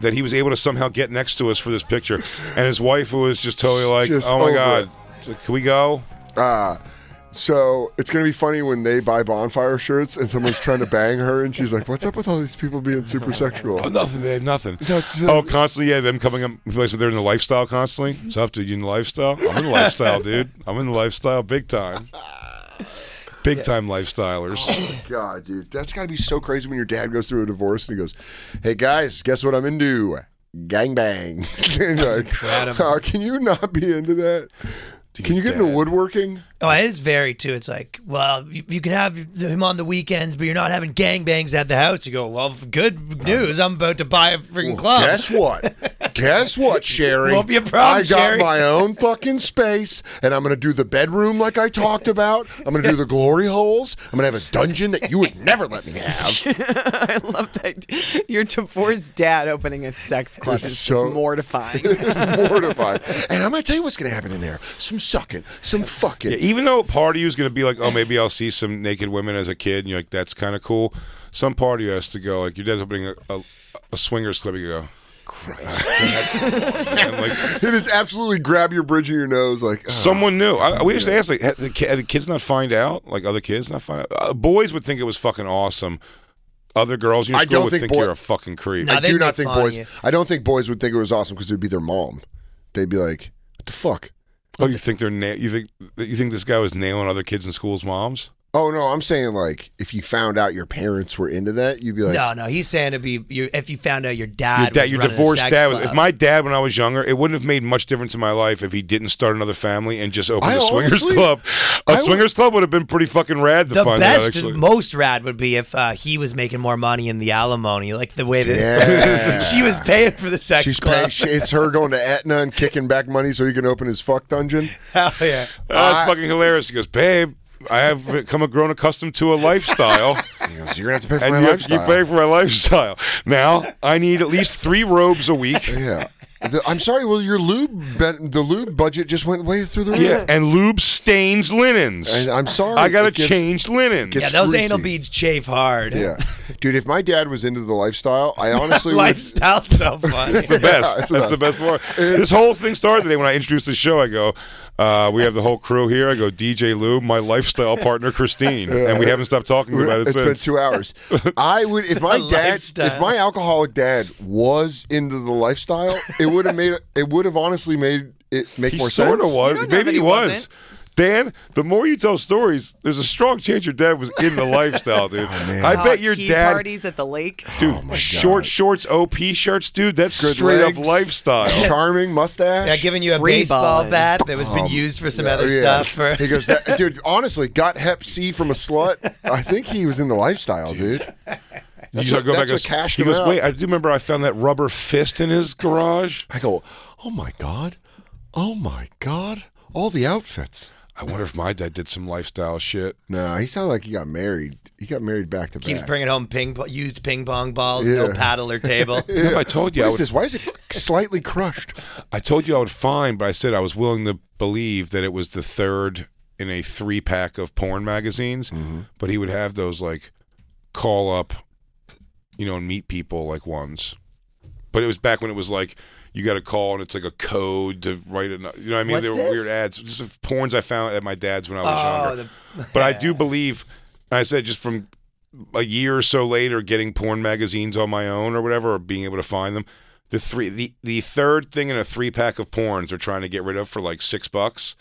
S3: that he was able to somehow get next to us for this picture, and his wife who was just totally like,
S2: Just
S3: "Oh my
S2: over
S3: god,
S2: it.
S3: It's like, can we go?"
S2: Ah. so it's gonna be funny when they buy bonfire shirts and someone's trying to bang her and she's like, "What's up with all these people being super sexual?"
S3: Oh, nothing, babe, nothing. oh, constantly, yeah, them coming up, place they're in the lifestyle constantly. What's up, dude? You in the lifestyle? I'm in the lifestyle, dude. I'm in the lifestyle, big time, big time lifestylers.
S2: Oh God, dude, that's got to be so crazy when your dad goes through a divorce and he goes, "Hey guys, guess what I'm into? Gangbang." And you're like,
S8: incredible.
S2: "Oh, can you not be into that? can you get into woodworking?
S8: Oh, it is very too. It's like, well, you, you can have him on the weekends, but you're not having gangbangs at the house. You go, well, f- good news. I'm about to buy a freaking club.
S2: Guess what? guess what, Sherry?
S8: Won't be a problem,
S2: I got
S8: Sherry.
S2: my own fucking space, and I'm gonna do the bedroom like I talked about. I'm gonna do the glory holes. I'm gonna have a dungeon that you would never let me have.
S7: I love that. Your divorced dad opening a sex club
S2: It's
S7: is
S2: so-
S7: just mortifying.
S2: It's mortified. And I'm gonna tell you what's gonna happen in there: some sucking, some fucking.
S3: Yeah, even though part of you is going to be like, oh, maybe I'll see some naked women as a kid, and you're like, that's kind of cool. Some part of you has to go, like, your dad's opening a, a, a swingers club, you go,
S2: it is absolutely grab your bridge of your nose, like "Ah."
S3: someone knew. I, we used to ask, like, had the, ki- had the kids not find out? Like, other kids not find out? Uh, boys would think it was fucking awesome. Other girls in your
S2: I
S3: school
S2: don't
S3: would
S2: think
S3: think,
S2: boy-
S3: you're a fucking creep.
S8: No,
S2: I do
S8: they'd
S2: not
S8: make
S2: think
S8: fun of
S2: boys.
S8: you.
S2: I don't think boys would think it was awesome because it would be their mom. They'd be like, "What the fuck."
S3: Oh, you think they're na- you think you think this guy was nailing other kids in school's moms?
S2: Oh no, I'm saying like if you found out your parents were into that, you'd be like,
S8: no, no, he's saying it'd be you, if you found out your
S3: Your,
S8: dad,
S3: dad,
S8: was
S3: your
S8: running a
S3: divorced
S8: sex
S3: dad. Was,
S8: club.
S3: if my dad, when I was younger, it wouldn't have made much difference in my life if he didn't start another family and just open
S8: I
S3: a swingers
S8: honestly-
S3: club. A
S8: I would-
S3: swingers club would have been pretty fucking rad. To
S8: the
S3: find
S8: best,
S3: out, actually.
S8: most rad would be if uh, he was making more money in the alimony, like the way that
S2: Yeah.
S8: she was paying for the sex
S2: She's
S8: club.
S2: paying, she, it's her going to Etna and kicking back money so he can open his fuck dungeon.
S8: Hell yeah.
S3: Oh, that's fucking hilarious. He goes, babe, I have become a grown accustomed to a lifestyle.
S2: he goes, you're gonna have to pay for
S3: and
S2: my
S3: you
S2: lifestyle.
S3: Have to, you pay for my lifestyle. Now I need at least three robes a week.
S2: Yeah. The- I'm sorry. Well, your lube, ben- the lube budget just went way through the roof.
S3: Yeah, and lube stains linens.
S2: And I'm sorry.
S3: I gotta
S2: it gets-
S3: change linens.
S2: gets
S8: yeah, those
S2: greasy.
S8: anal beads chafe hard.
S2: Yeah, dude. If my dad was into the lifestyle, I honestly would.
S8: lifestyle's so funny.
S3: It's the best.
S2: Yeah, it's the
S3: That's the best part. This whole thing started today when I introduced the show. I go, uh, we have the whole crew here. I go, DJ Lou, my lifestyle partner Christine, and we haven't stopped talking about it
S2: It's been
S3: since.
S2: two hours. I would if my dad, if
S3: lifestyle.
S2: my alcoholic dad was into the lifestyle, it would have made it would have honestly made it make
S3: he
S2: more
S3: sort
S2: sense.
S3: of was. Maybe he was. Dan, the more you tell stories, there's a strong chance your dad was in the lifestyle, dude. I
S7: Oh,
S3: bet your
S7: key
S3: dad,
S7: parties at the lake.
S2: Oh,
S3: dude, short shorts, OP shirts, dude. That's straight up
S2: legs.
S3: lifestyle.
S2: Charming mustache.
S8: Yeah, giving you a
S2: Free
S8: baseball
S7: eh?
S2: balling.
S8: bat that was been
S2: Um,
S8: used for some
S2: yeah,
S8: other
S2: yeah.
S8: stuff. For
S2: He goes, that, dude. Honestly, got Hep C from a slut. I think he was in the lifestyle, dude.
S3: You
S2: That's
S3: just
S2: what-
S3: go back
S2: that's
S3: and
S2: what
S3: goes-
S2: cashed
S3: He
S2: him
S3: goes,
S2: out.
S3: wait, I do remember I found that rubber fist in his garage.
S2: I go, oh my god, oh my god, all the outfits.
S3: I wonder if my dad did some lifestyle shit.
S2: No, he sounded like he got married. He got married back to
S8: Keeps
S2: back.
S8: bringing home ping po- used ping pong balls, no
S3: Yeah.
S8: paddle or table.
S3: Remember I told you
S2: What
S3: I
S2: is
S3: would-
S2: this? Why is it slightly crushed?
S3: I told you I would find, but I said I was willing to believe that it was the third in a three pack of porn magazines.
S8: Mm-hmm.
S3: But he would have those like call up, you know, and meet people like ones. But it was back when it was like you got a call and it's like a code to write it. You know what I mean?
S8: What's
S3: there were
S8: this?
S3: weird ads. Just the porns I found at my dad's when I
S8: Oh,
S3: was younger. But I do believe, I said just from a year or so later, getting porn magazines on my own or whatever, or being able to find them. The three, the the third thing in a three pack of porns they're trying to get rid of for like six bucks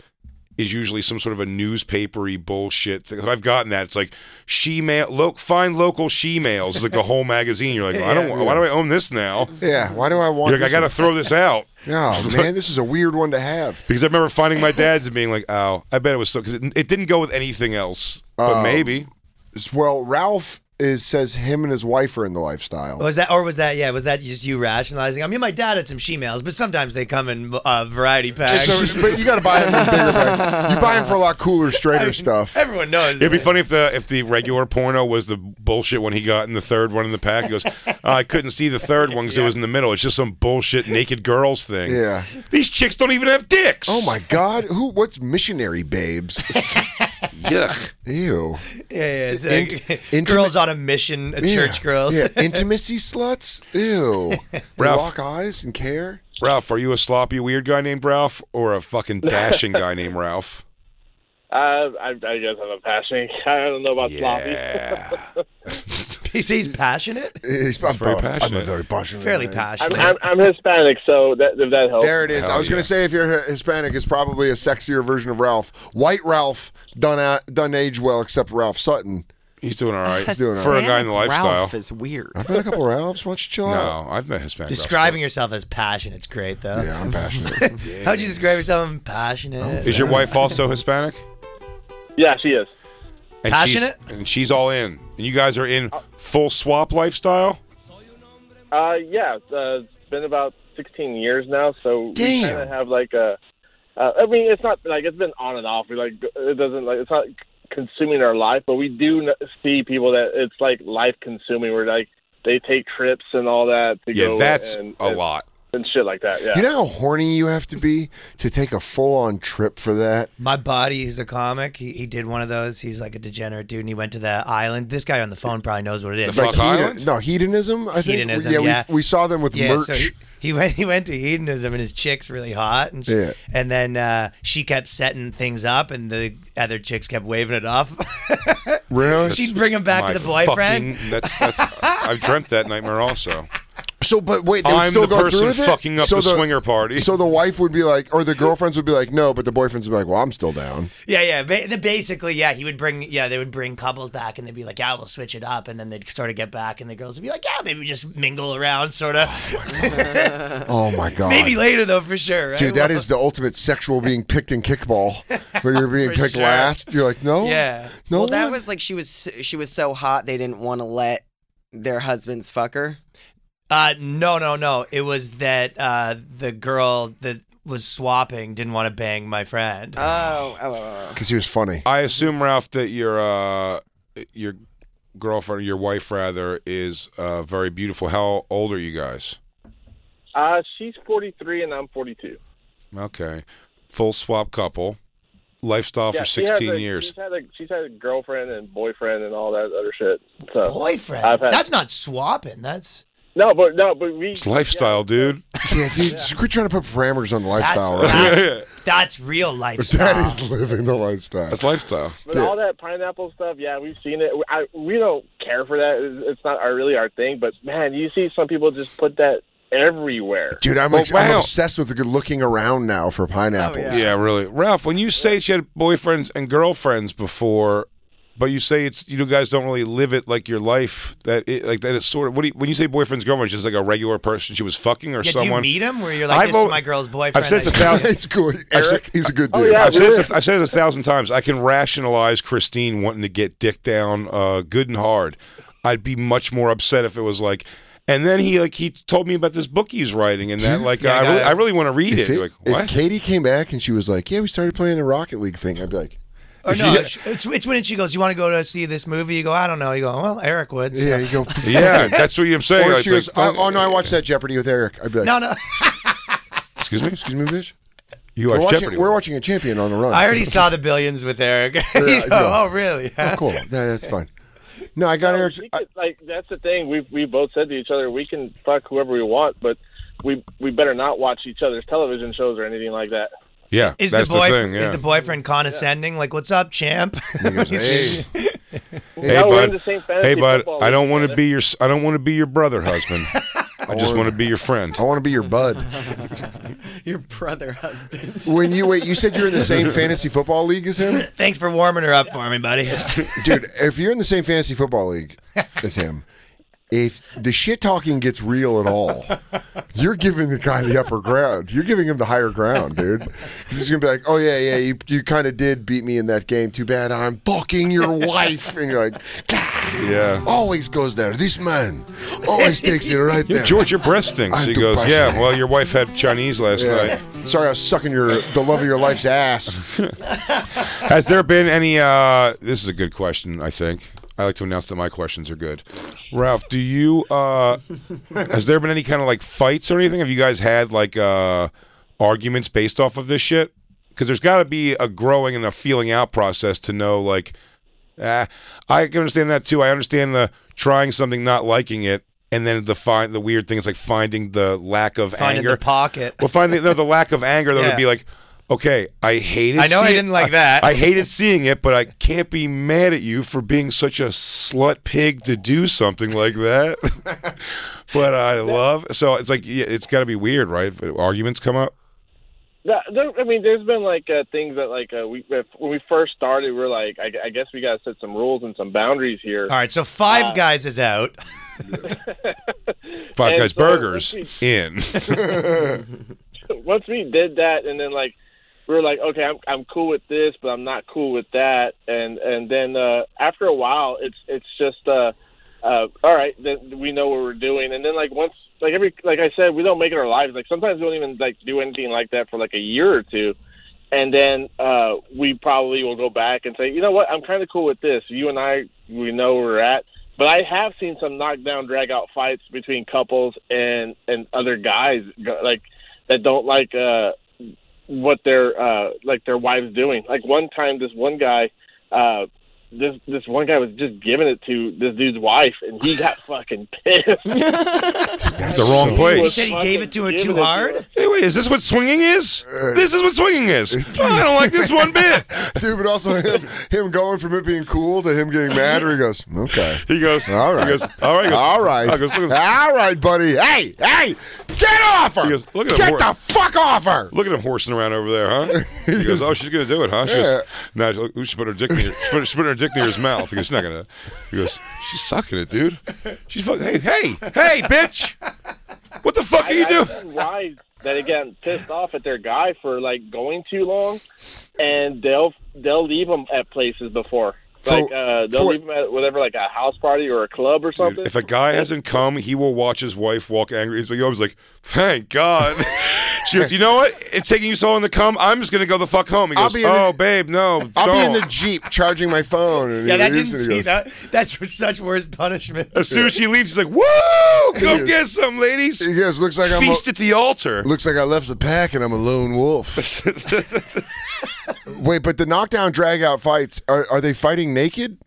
S3: is usually some sort of a newspapery bullshit thing. I've gotten that. It's like she mail, lo- find local she mails. It's like the whole magazine. You're like, well, I don't.
S2: Yeah.
S3: Why do I own this now?
S2: Yeah. Why do I want?
S3: You're like,
S2: this
S3: I got to
S2: one?
S3: throw this out.
S2: Oh man, this is a weird one to have.
S3: Because I remember finding my dad's and being like, "Oh, I bet it was so." Because it, it didn't go with anything else, but
S2: Um,
S3: maybe.
S2: Well, Ralph is says him and his wife are in the lifestyle.
S8: Was that or was that yeah? Was that just you rationalizing? I mean, my dad had some she-mails, but sometimes they come in uh, variety packs.
S2: Just so- but you got to buy him in bigger. bag. You buy him for a lot cooler, straighter stuff.
S8: Everyone knows.
S3: It'd be funny if the if the regular porno was the bullshit one he got in the third one in the pack. He goes, "Oh, I couldn't see the third one because it was in the middle. It's just some bullshit naked girls thing.
S2: Yeah.
S3: These chicks don't even have dicks.
S2: Oh my God! Who? What's missionary babes?
S3: Yuck.
S2: Ew.
S8: Yeah, yeah. It's
S2: Int-
S8: like
S2: intimate-
S8: girls on a mission, uh, church
S2: Yeah,
S8: girls.
S2: Yeah. Intimacy sluts. Ew. They
S3: Ralph.
S2: lock eyes and care.
S3: Ralph, are you a sloppy weird guy named Ralph or a fucking dashing guy named Ralph?
S9: Uh, I, I guess I'm a passing. I don't know about sloppy.
S8: He's, he's passionate,
S2: He's I'm
S3: very
S2: I'm
S3: passionate.
S2: a very passionate.
S8: fairly
S9: I'm,
S2: man.
S8: passionate.
S9: I'm, I'm Hispanic, so that, if that helps.
S2: There it is. I
S3: Hell
S2: was going
S3: yeah.
S2: to say if you're Hispanic, it's probably a sexier version of Ralph. White Ralph done out, done age well, except Ralph Sutton.
S3: He's doing all right
S2: He's doing all
S3: for a guy in the
S7: Ralph
S3: lifestyle.
S7: is weird.
S2: I've met a couple Ralphs. Why don't you chill out?
S3: no, I've met Hispanic. Ralphs.
S8: Describing yourself as passionate is great, though.
S2: Yeah, I'm passionate.
S8: How'd you describe yourself? I'm passionate.
S3: Is your wife also Hispanic?
S9: Yeah, she is.
S3: And
S8: Passionate?
S3: She's, and she's all in. And you guys are in full swap lifestyle.
S9: Uh, yeah, uh, it's been about 16 years now, so we
S2: Damn.
S9: kind of have like a. Uh, I mean, it's not like it's been on and off. We like it doesn't like it's not consuming our life, but we do kn- see people that it's like life consuming. Where like they take trips and all that to
S3: Yeah,
S9: go.
S3: that's
S9: and,
S3: a
S9: and,
S3: lot.
S9: and shit like that. Yeah.
S2: You know how horny you have to be to take a full on trip for that?
S8: My buddy, who's a comic, he, he did one of those. He's like a degenerate dude, and he went to the island. This guy on the phone probably knows what it is.
S3: The fuck
S2: hedon-
S3: island?
S2: no, hedonism, I think.
S8: Hedonism,
S2: yeah,
S8: yeah.
S2: We, we saw them with merch.
S8: so he, he went he went to hedonism and his chick's really hot and she,
S2: Yeah.
S8: and then uh, she kept setting things up and the other chicks kept waving it off.
S2: really?
S8: She'd bring him back
S3: My
S8: to the boyfriend.
S3: fucking- that's, that's, I've dreamt that nightmare also.
S2: So, but wait, they would
S3: I'm
S2: still
S3: the
S2: go
S3: person
S2: through with it.
S3: fucking up
S2: so
S3: the swinger party.
S2: So the wife would be like, or the girlfriends would be like, no, but the boyfriends would be like, well, I'm still down.
S8: Yeah, yeah. Ba- the- basically, yeah, he would bring, yeah, they would bring couples back and they'd be like, yeah, we'll switch it up. And then they'd sort of get back and the girls would be like, yeah, maybe we just mingle around, sort of.
S2: Oh my god.
S8: maybe later, though, for sure. Right?
S2: Dude, that is the ultimate sexual being picked in kickball, where you're being
S7: For
S2: picked
S7: sure.
S2: last. You're like, no, no.
S7: well, that
S2: one.
S7: was like she was she was so hot they didn't want to let their husbands fuck her.
S8: Uh, no, no, no. It was that uh, the girl that was swapping didn't want to bang my friend.
S7: Oh, oh, oh,
S2: Because he was funny.
S3: I assume Ralph that your uh, your girlfriend, or your wife rather, is uh, very beautiful. How old are you guys?
S13: Uh, she's 43 and I'm 42.
S3: Okay, full swap couple, lifestyle
S13: Yeah,
S3: for
S13: she has
S3: sixteen
S13: a-
S3: years.
S13: She's had, a, she's had a girlfriend and boyfriend and all that other shit. So
S8: Boyfriend?
S13: I've had-
S8: That's not swapping. That's.
S13: No, but no, but we.
S3: It's lifestyle, dude.
S2: Yeah, dude, just quit trying to put parameters on the
S8: That's,
S2: lifestyle, right?
S8: that's, that's real lifestyle.
S2: That is living the lifestyle. That's
S3: lifestyle.
S13: But all that pineapple stuff, yeah, we've seen it. I, we don't care for that. It's- It's not our, really our thing. But man, you see some people just put that everywhere.
S2: Dude, I'm,
S3: Well,
S2: ex- I'm
S3: wow.
S2: obsessed with looking around now for
S8: Oh,
S2: pineapples.
S3: Oh, yeah. really. Ralph, when you say she had boyfriends and girlfriends before, but you say it's you guys don't really live it like your life that it, like that is sort of what do you, when you say boyfriends girlfriends just like a regular person she was fucking or
S8: Yeah, do you
S3: someone
S8: meet him where you're like,
S3: I've
S8: this
S3: al-
S8: is my girl's boyfriend?
S3: I've said this a
S8: I-
S3: thousand.
S2: It's good.
S3: I've
S2: Eric,
S3: said-
S2: he's a good dude.
S13: Oh, yeah,
S3: I've, said
S13: really.
S3: this, I've said this a thousand times. I can rationalize Christine wanting to get dick down uh, good and hard. I'd be much more upset if it was like. And then he like he told me about this book he's writing and that like
S8: Yeah, I
S3: I,
S8: got
S3: really,
S8: it.
S3: I really want to read
S2: If,
S3: it.
S2: it-
S3: Like
S2: if
S3: what?
S2: Katie came back and she was like, "Yeah, we started playing a Rocket League thing," I'd be like,
S8: Or
S2: Is
S8: Oh, no,
S2: she-
S8: it's, it's- it's when she goes, you want to go to see this movie? You go, I don't know. You go, well, Eric would. so."
S2: "Yeah, you go."
S3: Yeah, that's what I'm saying.
S2: Or
S3: Like,
S2: she goes,
S3: like,
S2: oh, "Oh no, I watched that Jeopardy with Eric." I'd be like,
S8: No, no.
S3: Excuse me.
S2: Excuse me, bitch.
S3: You
S2: We're
S3: watch
S2: watching,
S3: Jeopardy.
S2: we're watching a champion on the run.
S8: oh, I already saw the billions with Eric. You
S2: Yeah, yeah.
S8: go, Oh, really? Oh,
S2: Oh, cool. No, that's fine. No, I got
S13: No,
S2: Eric.
S13: we could, like that's the thing. We we both said to each other, we can fuck whoever we want, but we we better not watch each other's television shows or anything like that.
S3: Yeah,
S8: Is
S3: that's
S8: the, boy,
S3: thing. Yeah.
S8: "Oh, is the boyfriend condescending? Like, what's up, champ?
S3: Hey,
S13: No, we're in
S3: bud.
S13: the same fantasy
S3: Hey, bud.
S13: football
S3: I
S13: league
S3: don't want to
S13: together.
S3: be your. s- I don't want to be your brother, husband. I just
S2: wanna-
S3: want to be your friend.
S2: I want to be your bud.
S7: Your brother husband.
S2: When you wait, you said you're in the same fantasy football league as him,
S8: Thanks for warming her up for me, buddy.
S2: dude. If you're in the same fantasy football league as him, if the shit talking gets real at all, you're giving the guy the upper ground. You're giving him the higher ground, dude. 'Cause he's gonna be like, "Oh yeah, yeah, you, you kind of did beat me in that game. Too bad I'm fucking your wife." And you're like,
S3: Yeah.
S2: always goes there. This man always takes it right
S3: Yeah,
S2: there.
S3: George, your breast stinks.
S2: I'm
S3: he
S2: too
S3: goes,
S2: passionate.
S3: yeah. Well, your wife had Chinese last
S2: Yeah. Sorry, I was sucking your the love of your life's ass.
S3: night. Has there been any? uh This is a good question. I think I like to announce that my questions are good. Ralph, do you? uh Has there been any kind of like fights or anything? Have you guys had like uh arguments based off of this shit? Because there's got to be a growing and a feeling out process to know like. Uh, I can understand that too. I understand the trying something, not liking it, and then the find the weird thing is like finding the lack of
S8: Finding
S3: anger.
S8: the pocket.
S3: Well, finally, no, the lack of anger that
S8: Yeah.
S3: would be like, okay, I hated.
S8: I know I
S3: seeing-
S8: didn't like that.
S3: I, hated seeing it, but I can't be mad at you for being such a slut pig to do something like that. but I love. So it's like yeah, it's got to be weird, right? Arguments come up.
S13: Yeah, there, I mean, there's been like uh, things that like uh, we if, when we first started, we are like, I, I guess we got to set some rules and some boundaries here.
S8: All right, so Five Guys is out.
S3: Five Guys
S13: And so, let's
S3: Burgers
S13: see.
S3: in.
S13: once we did that and then like we were like okay i'm i'm cool with this but i'm not cool with that and and then uh after a while it's it's just uh uh all right then we know what we're doing and then like once like every like i said we don't make it our lives like sometimes we don't even like do anything like that for like a year or two and then uh we probably will go back and say you know what i'm kind of cool with this you and i we know where we're at but I have seen some knockdown, drag out fights between couples and and other guys, like that don't like uh, what their uh, like their wives doing. Like one time, this one guy uh, this this one guy was just giving it to this dude's wife, and he got fucking pissed.
S3: That's the wrong place.
S8: He said he gave it to her too hard.
S3: Hey, wait, is this what swinging is?
S2: Uh,
S3: This is what swinging is. I don't like this one bit.
S2: Dude, but also him him going from it being cool to him getting mad, where he goes, okay.
S3: He goes,
S2: all right.
S3: goes, all right, he goes,
S2: all right.
S3: I goes, look
S2: all right, buddy. Hey, hey, get off her.
S3: He goes, look at him
S2: get
S3: whor-
S2: the fuck off her.
S3: Look at him horsing around over there, huh? He goes, oh, she's gonna do it, huh? She
S2: Yeah.
S3: goes, no, she- ooh, she put her dick near, she put, she put her dick near his mouth. He goes, she's not gonna. He goes, she's sucking it, dude. She's fucking. Hey, hey, hey, bitch. What the fuck are you doing?
S13: Wives that get pissed off at their guy for like going too long, and they'll they'll leave them at places before. Like uh, they'll
S3: for-
S13: leave them at whatever, like a house party or a club or something.
S3: If a guy hasn't come, he will watch his wife walk angry. He's always like, "Thank God." she goes, "You know what? It's taking you so long to come. I'm just gonna go the fuck home." He
S2: I'll
S3: goes,
S2: be in
S3: "Oh,
S2: the-
S3: babe, no."
S2: I'll be in
S3: don't."
S2: the Jeep charging my phone. And
S8: Yeah,
S2: he
S8: that didn't
S2: leaves and he
S8: see
S2: goes,
S8: that. That's such worse punishment.
S3: As soon as she leaves, he's like, "Woo! Go
S2: Yes.
S3: get some, ladies."
S2: Yes, looks like I'm a-
S3: feast at the altar.
S2: Looks like I left the pack and I'm a lone wolf. Wait, but the knockdown drag out fights, are, are they fighting naked?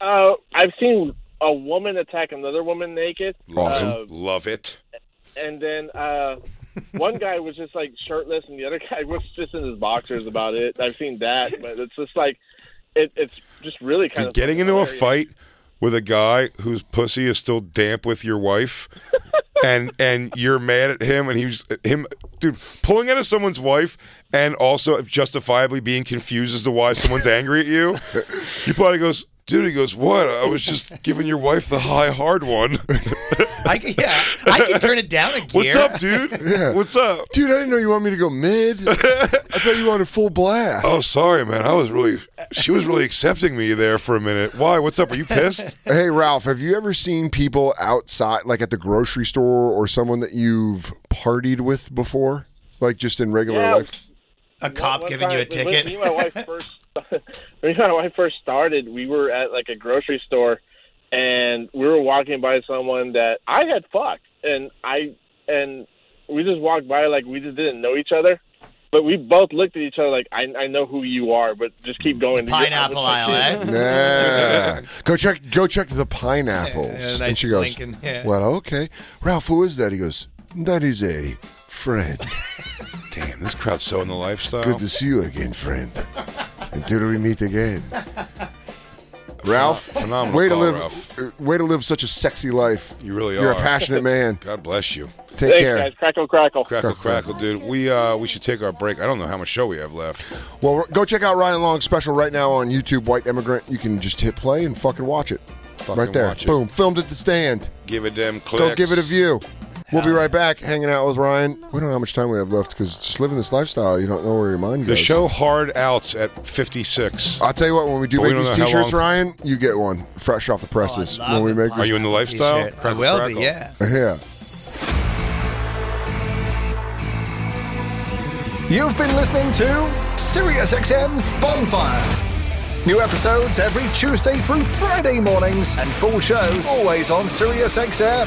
S13: Uh, I've seen a woman attack another woman naked.
S3: Awesome,
S13: Uh,
S3: love it.
S13: and then uh, one guy was just like shirtless, and the other guy was just in his boxers. About it, I've seen that, but it's just like it, it's just really kind
S3: Dude,
S13: of
S3: getting into a fight with a guy whose pussy is still damp with your wife, and and you're mad at him, and he's him, dude, pulling out of someone's wife, and also justifiably being confused as to why someone's angry at you. You probably goes, dude. He goes, what? I was just giving your wife the high hard one.
S8: I can, yeah, I can turn it down a gear.
S3: What's up, dude? What's up,
S2: dude? I didn't know you wanted me to go mid. I thought you wanted full blast.
S3: Oh, sorry, man. I was really, she was really accepting me there for a minute. Why? What's up? Are you pissed?
S2: Hey, Ralph, have you ever seen people outside, like at the grocery store or someone that you've partied with before? Like just in regular
S13: Yeah.
S2: life?
S8: A cop giving you a
S13: When- when
S8: ticket.
S13: Me and my wife first, when me and my wife first started, we were at like a grocery store, and we were walking by someone that I had fucked, and I and we just walked by like we just didn't know each other. But we both looked at each other like I, I know who you are, but just keep going.
S8: Pineapple aisle, eh?
S2: Nah. go check go check the pineapples.
S8: Yeah, yeah,
S2: and
S8: nice
S2: she goes,
S8: blinking, yeah.
S2: Well, okay. Ralph, who is that? He goes, That is a friend.
S3: Damn, this crowd's so in the lifestyle.
S2: Good to see you again, friend. Until we meet again. Ralph,
S3: Phenomenal
S2: way to
S3: call,
S2: live,
S3: Ralph.
S2: uh, way to live such a sexy life.
S3: You really
S2: You're
S3: are.
S2: a passionate man.
S3: God bless you.
S2: Take
S13: Thanks,
S2: care.
S13: guys. Crackle, crackle.
S3: Crackle, crackle, dude. We uh, we should take our break. I don't know how much show we have left.
S2: Well, go check out Ryan Long's special right now on YouTube, White Immigrant. You can just hit play and fucking watch it. right there.
S3: watch it.
S2: Boom. Filmed at the stand.
S3: Give it them clicks.
S2: Go give it a view. We'll be right back hanging out with Ryan. We don't know how much time we have left because just living this lifestyle, you don't know where your mind goes.
S3: The show hard outs at 56.
S2: I'll tell you what, when we do
S3: But we
S2: make
S3: don't
S2: these
S3: know
S2: t
S3: how
S2: shirts,
S3: long-
S2: Ryan, you get one fresh
S8: Oh,
S2: off the presses when we make
S3: Are you in the lifestyle?
S8: T-shirt. I
S3: Crackle,
S8: will be,
S3: crackle.
S8: yeah.
S2: Yeah.
S14: You've been listening to SiriusXM's Bonfire. New episodes every Tuesday through Friday mornings, and full shows always on SiriusXM.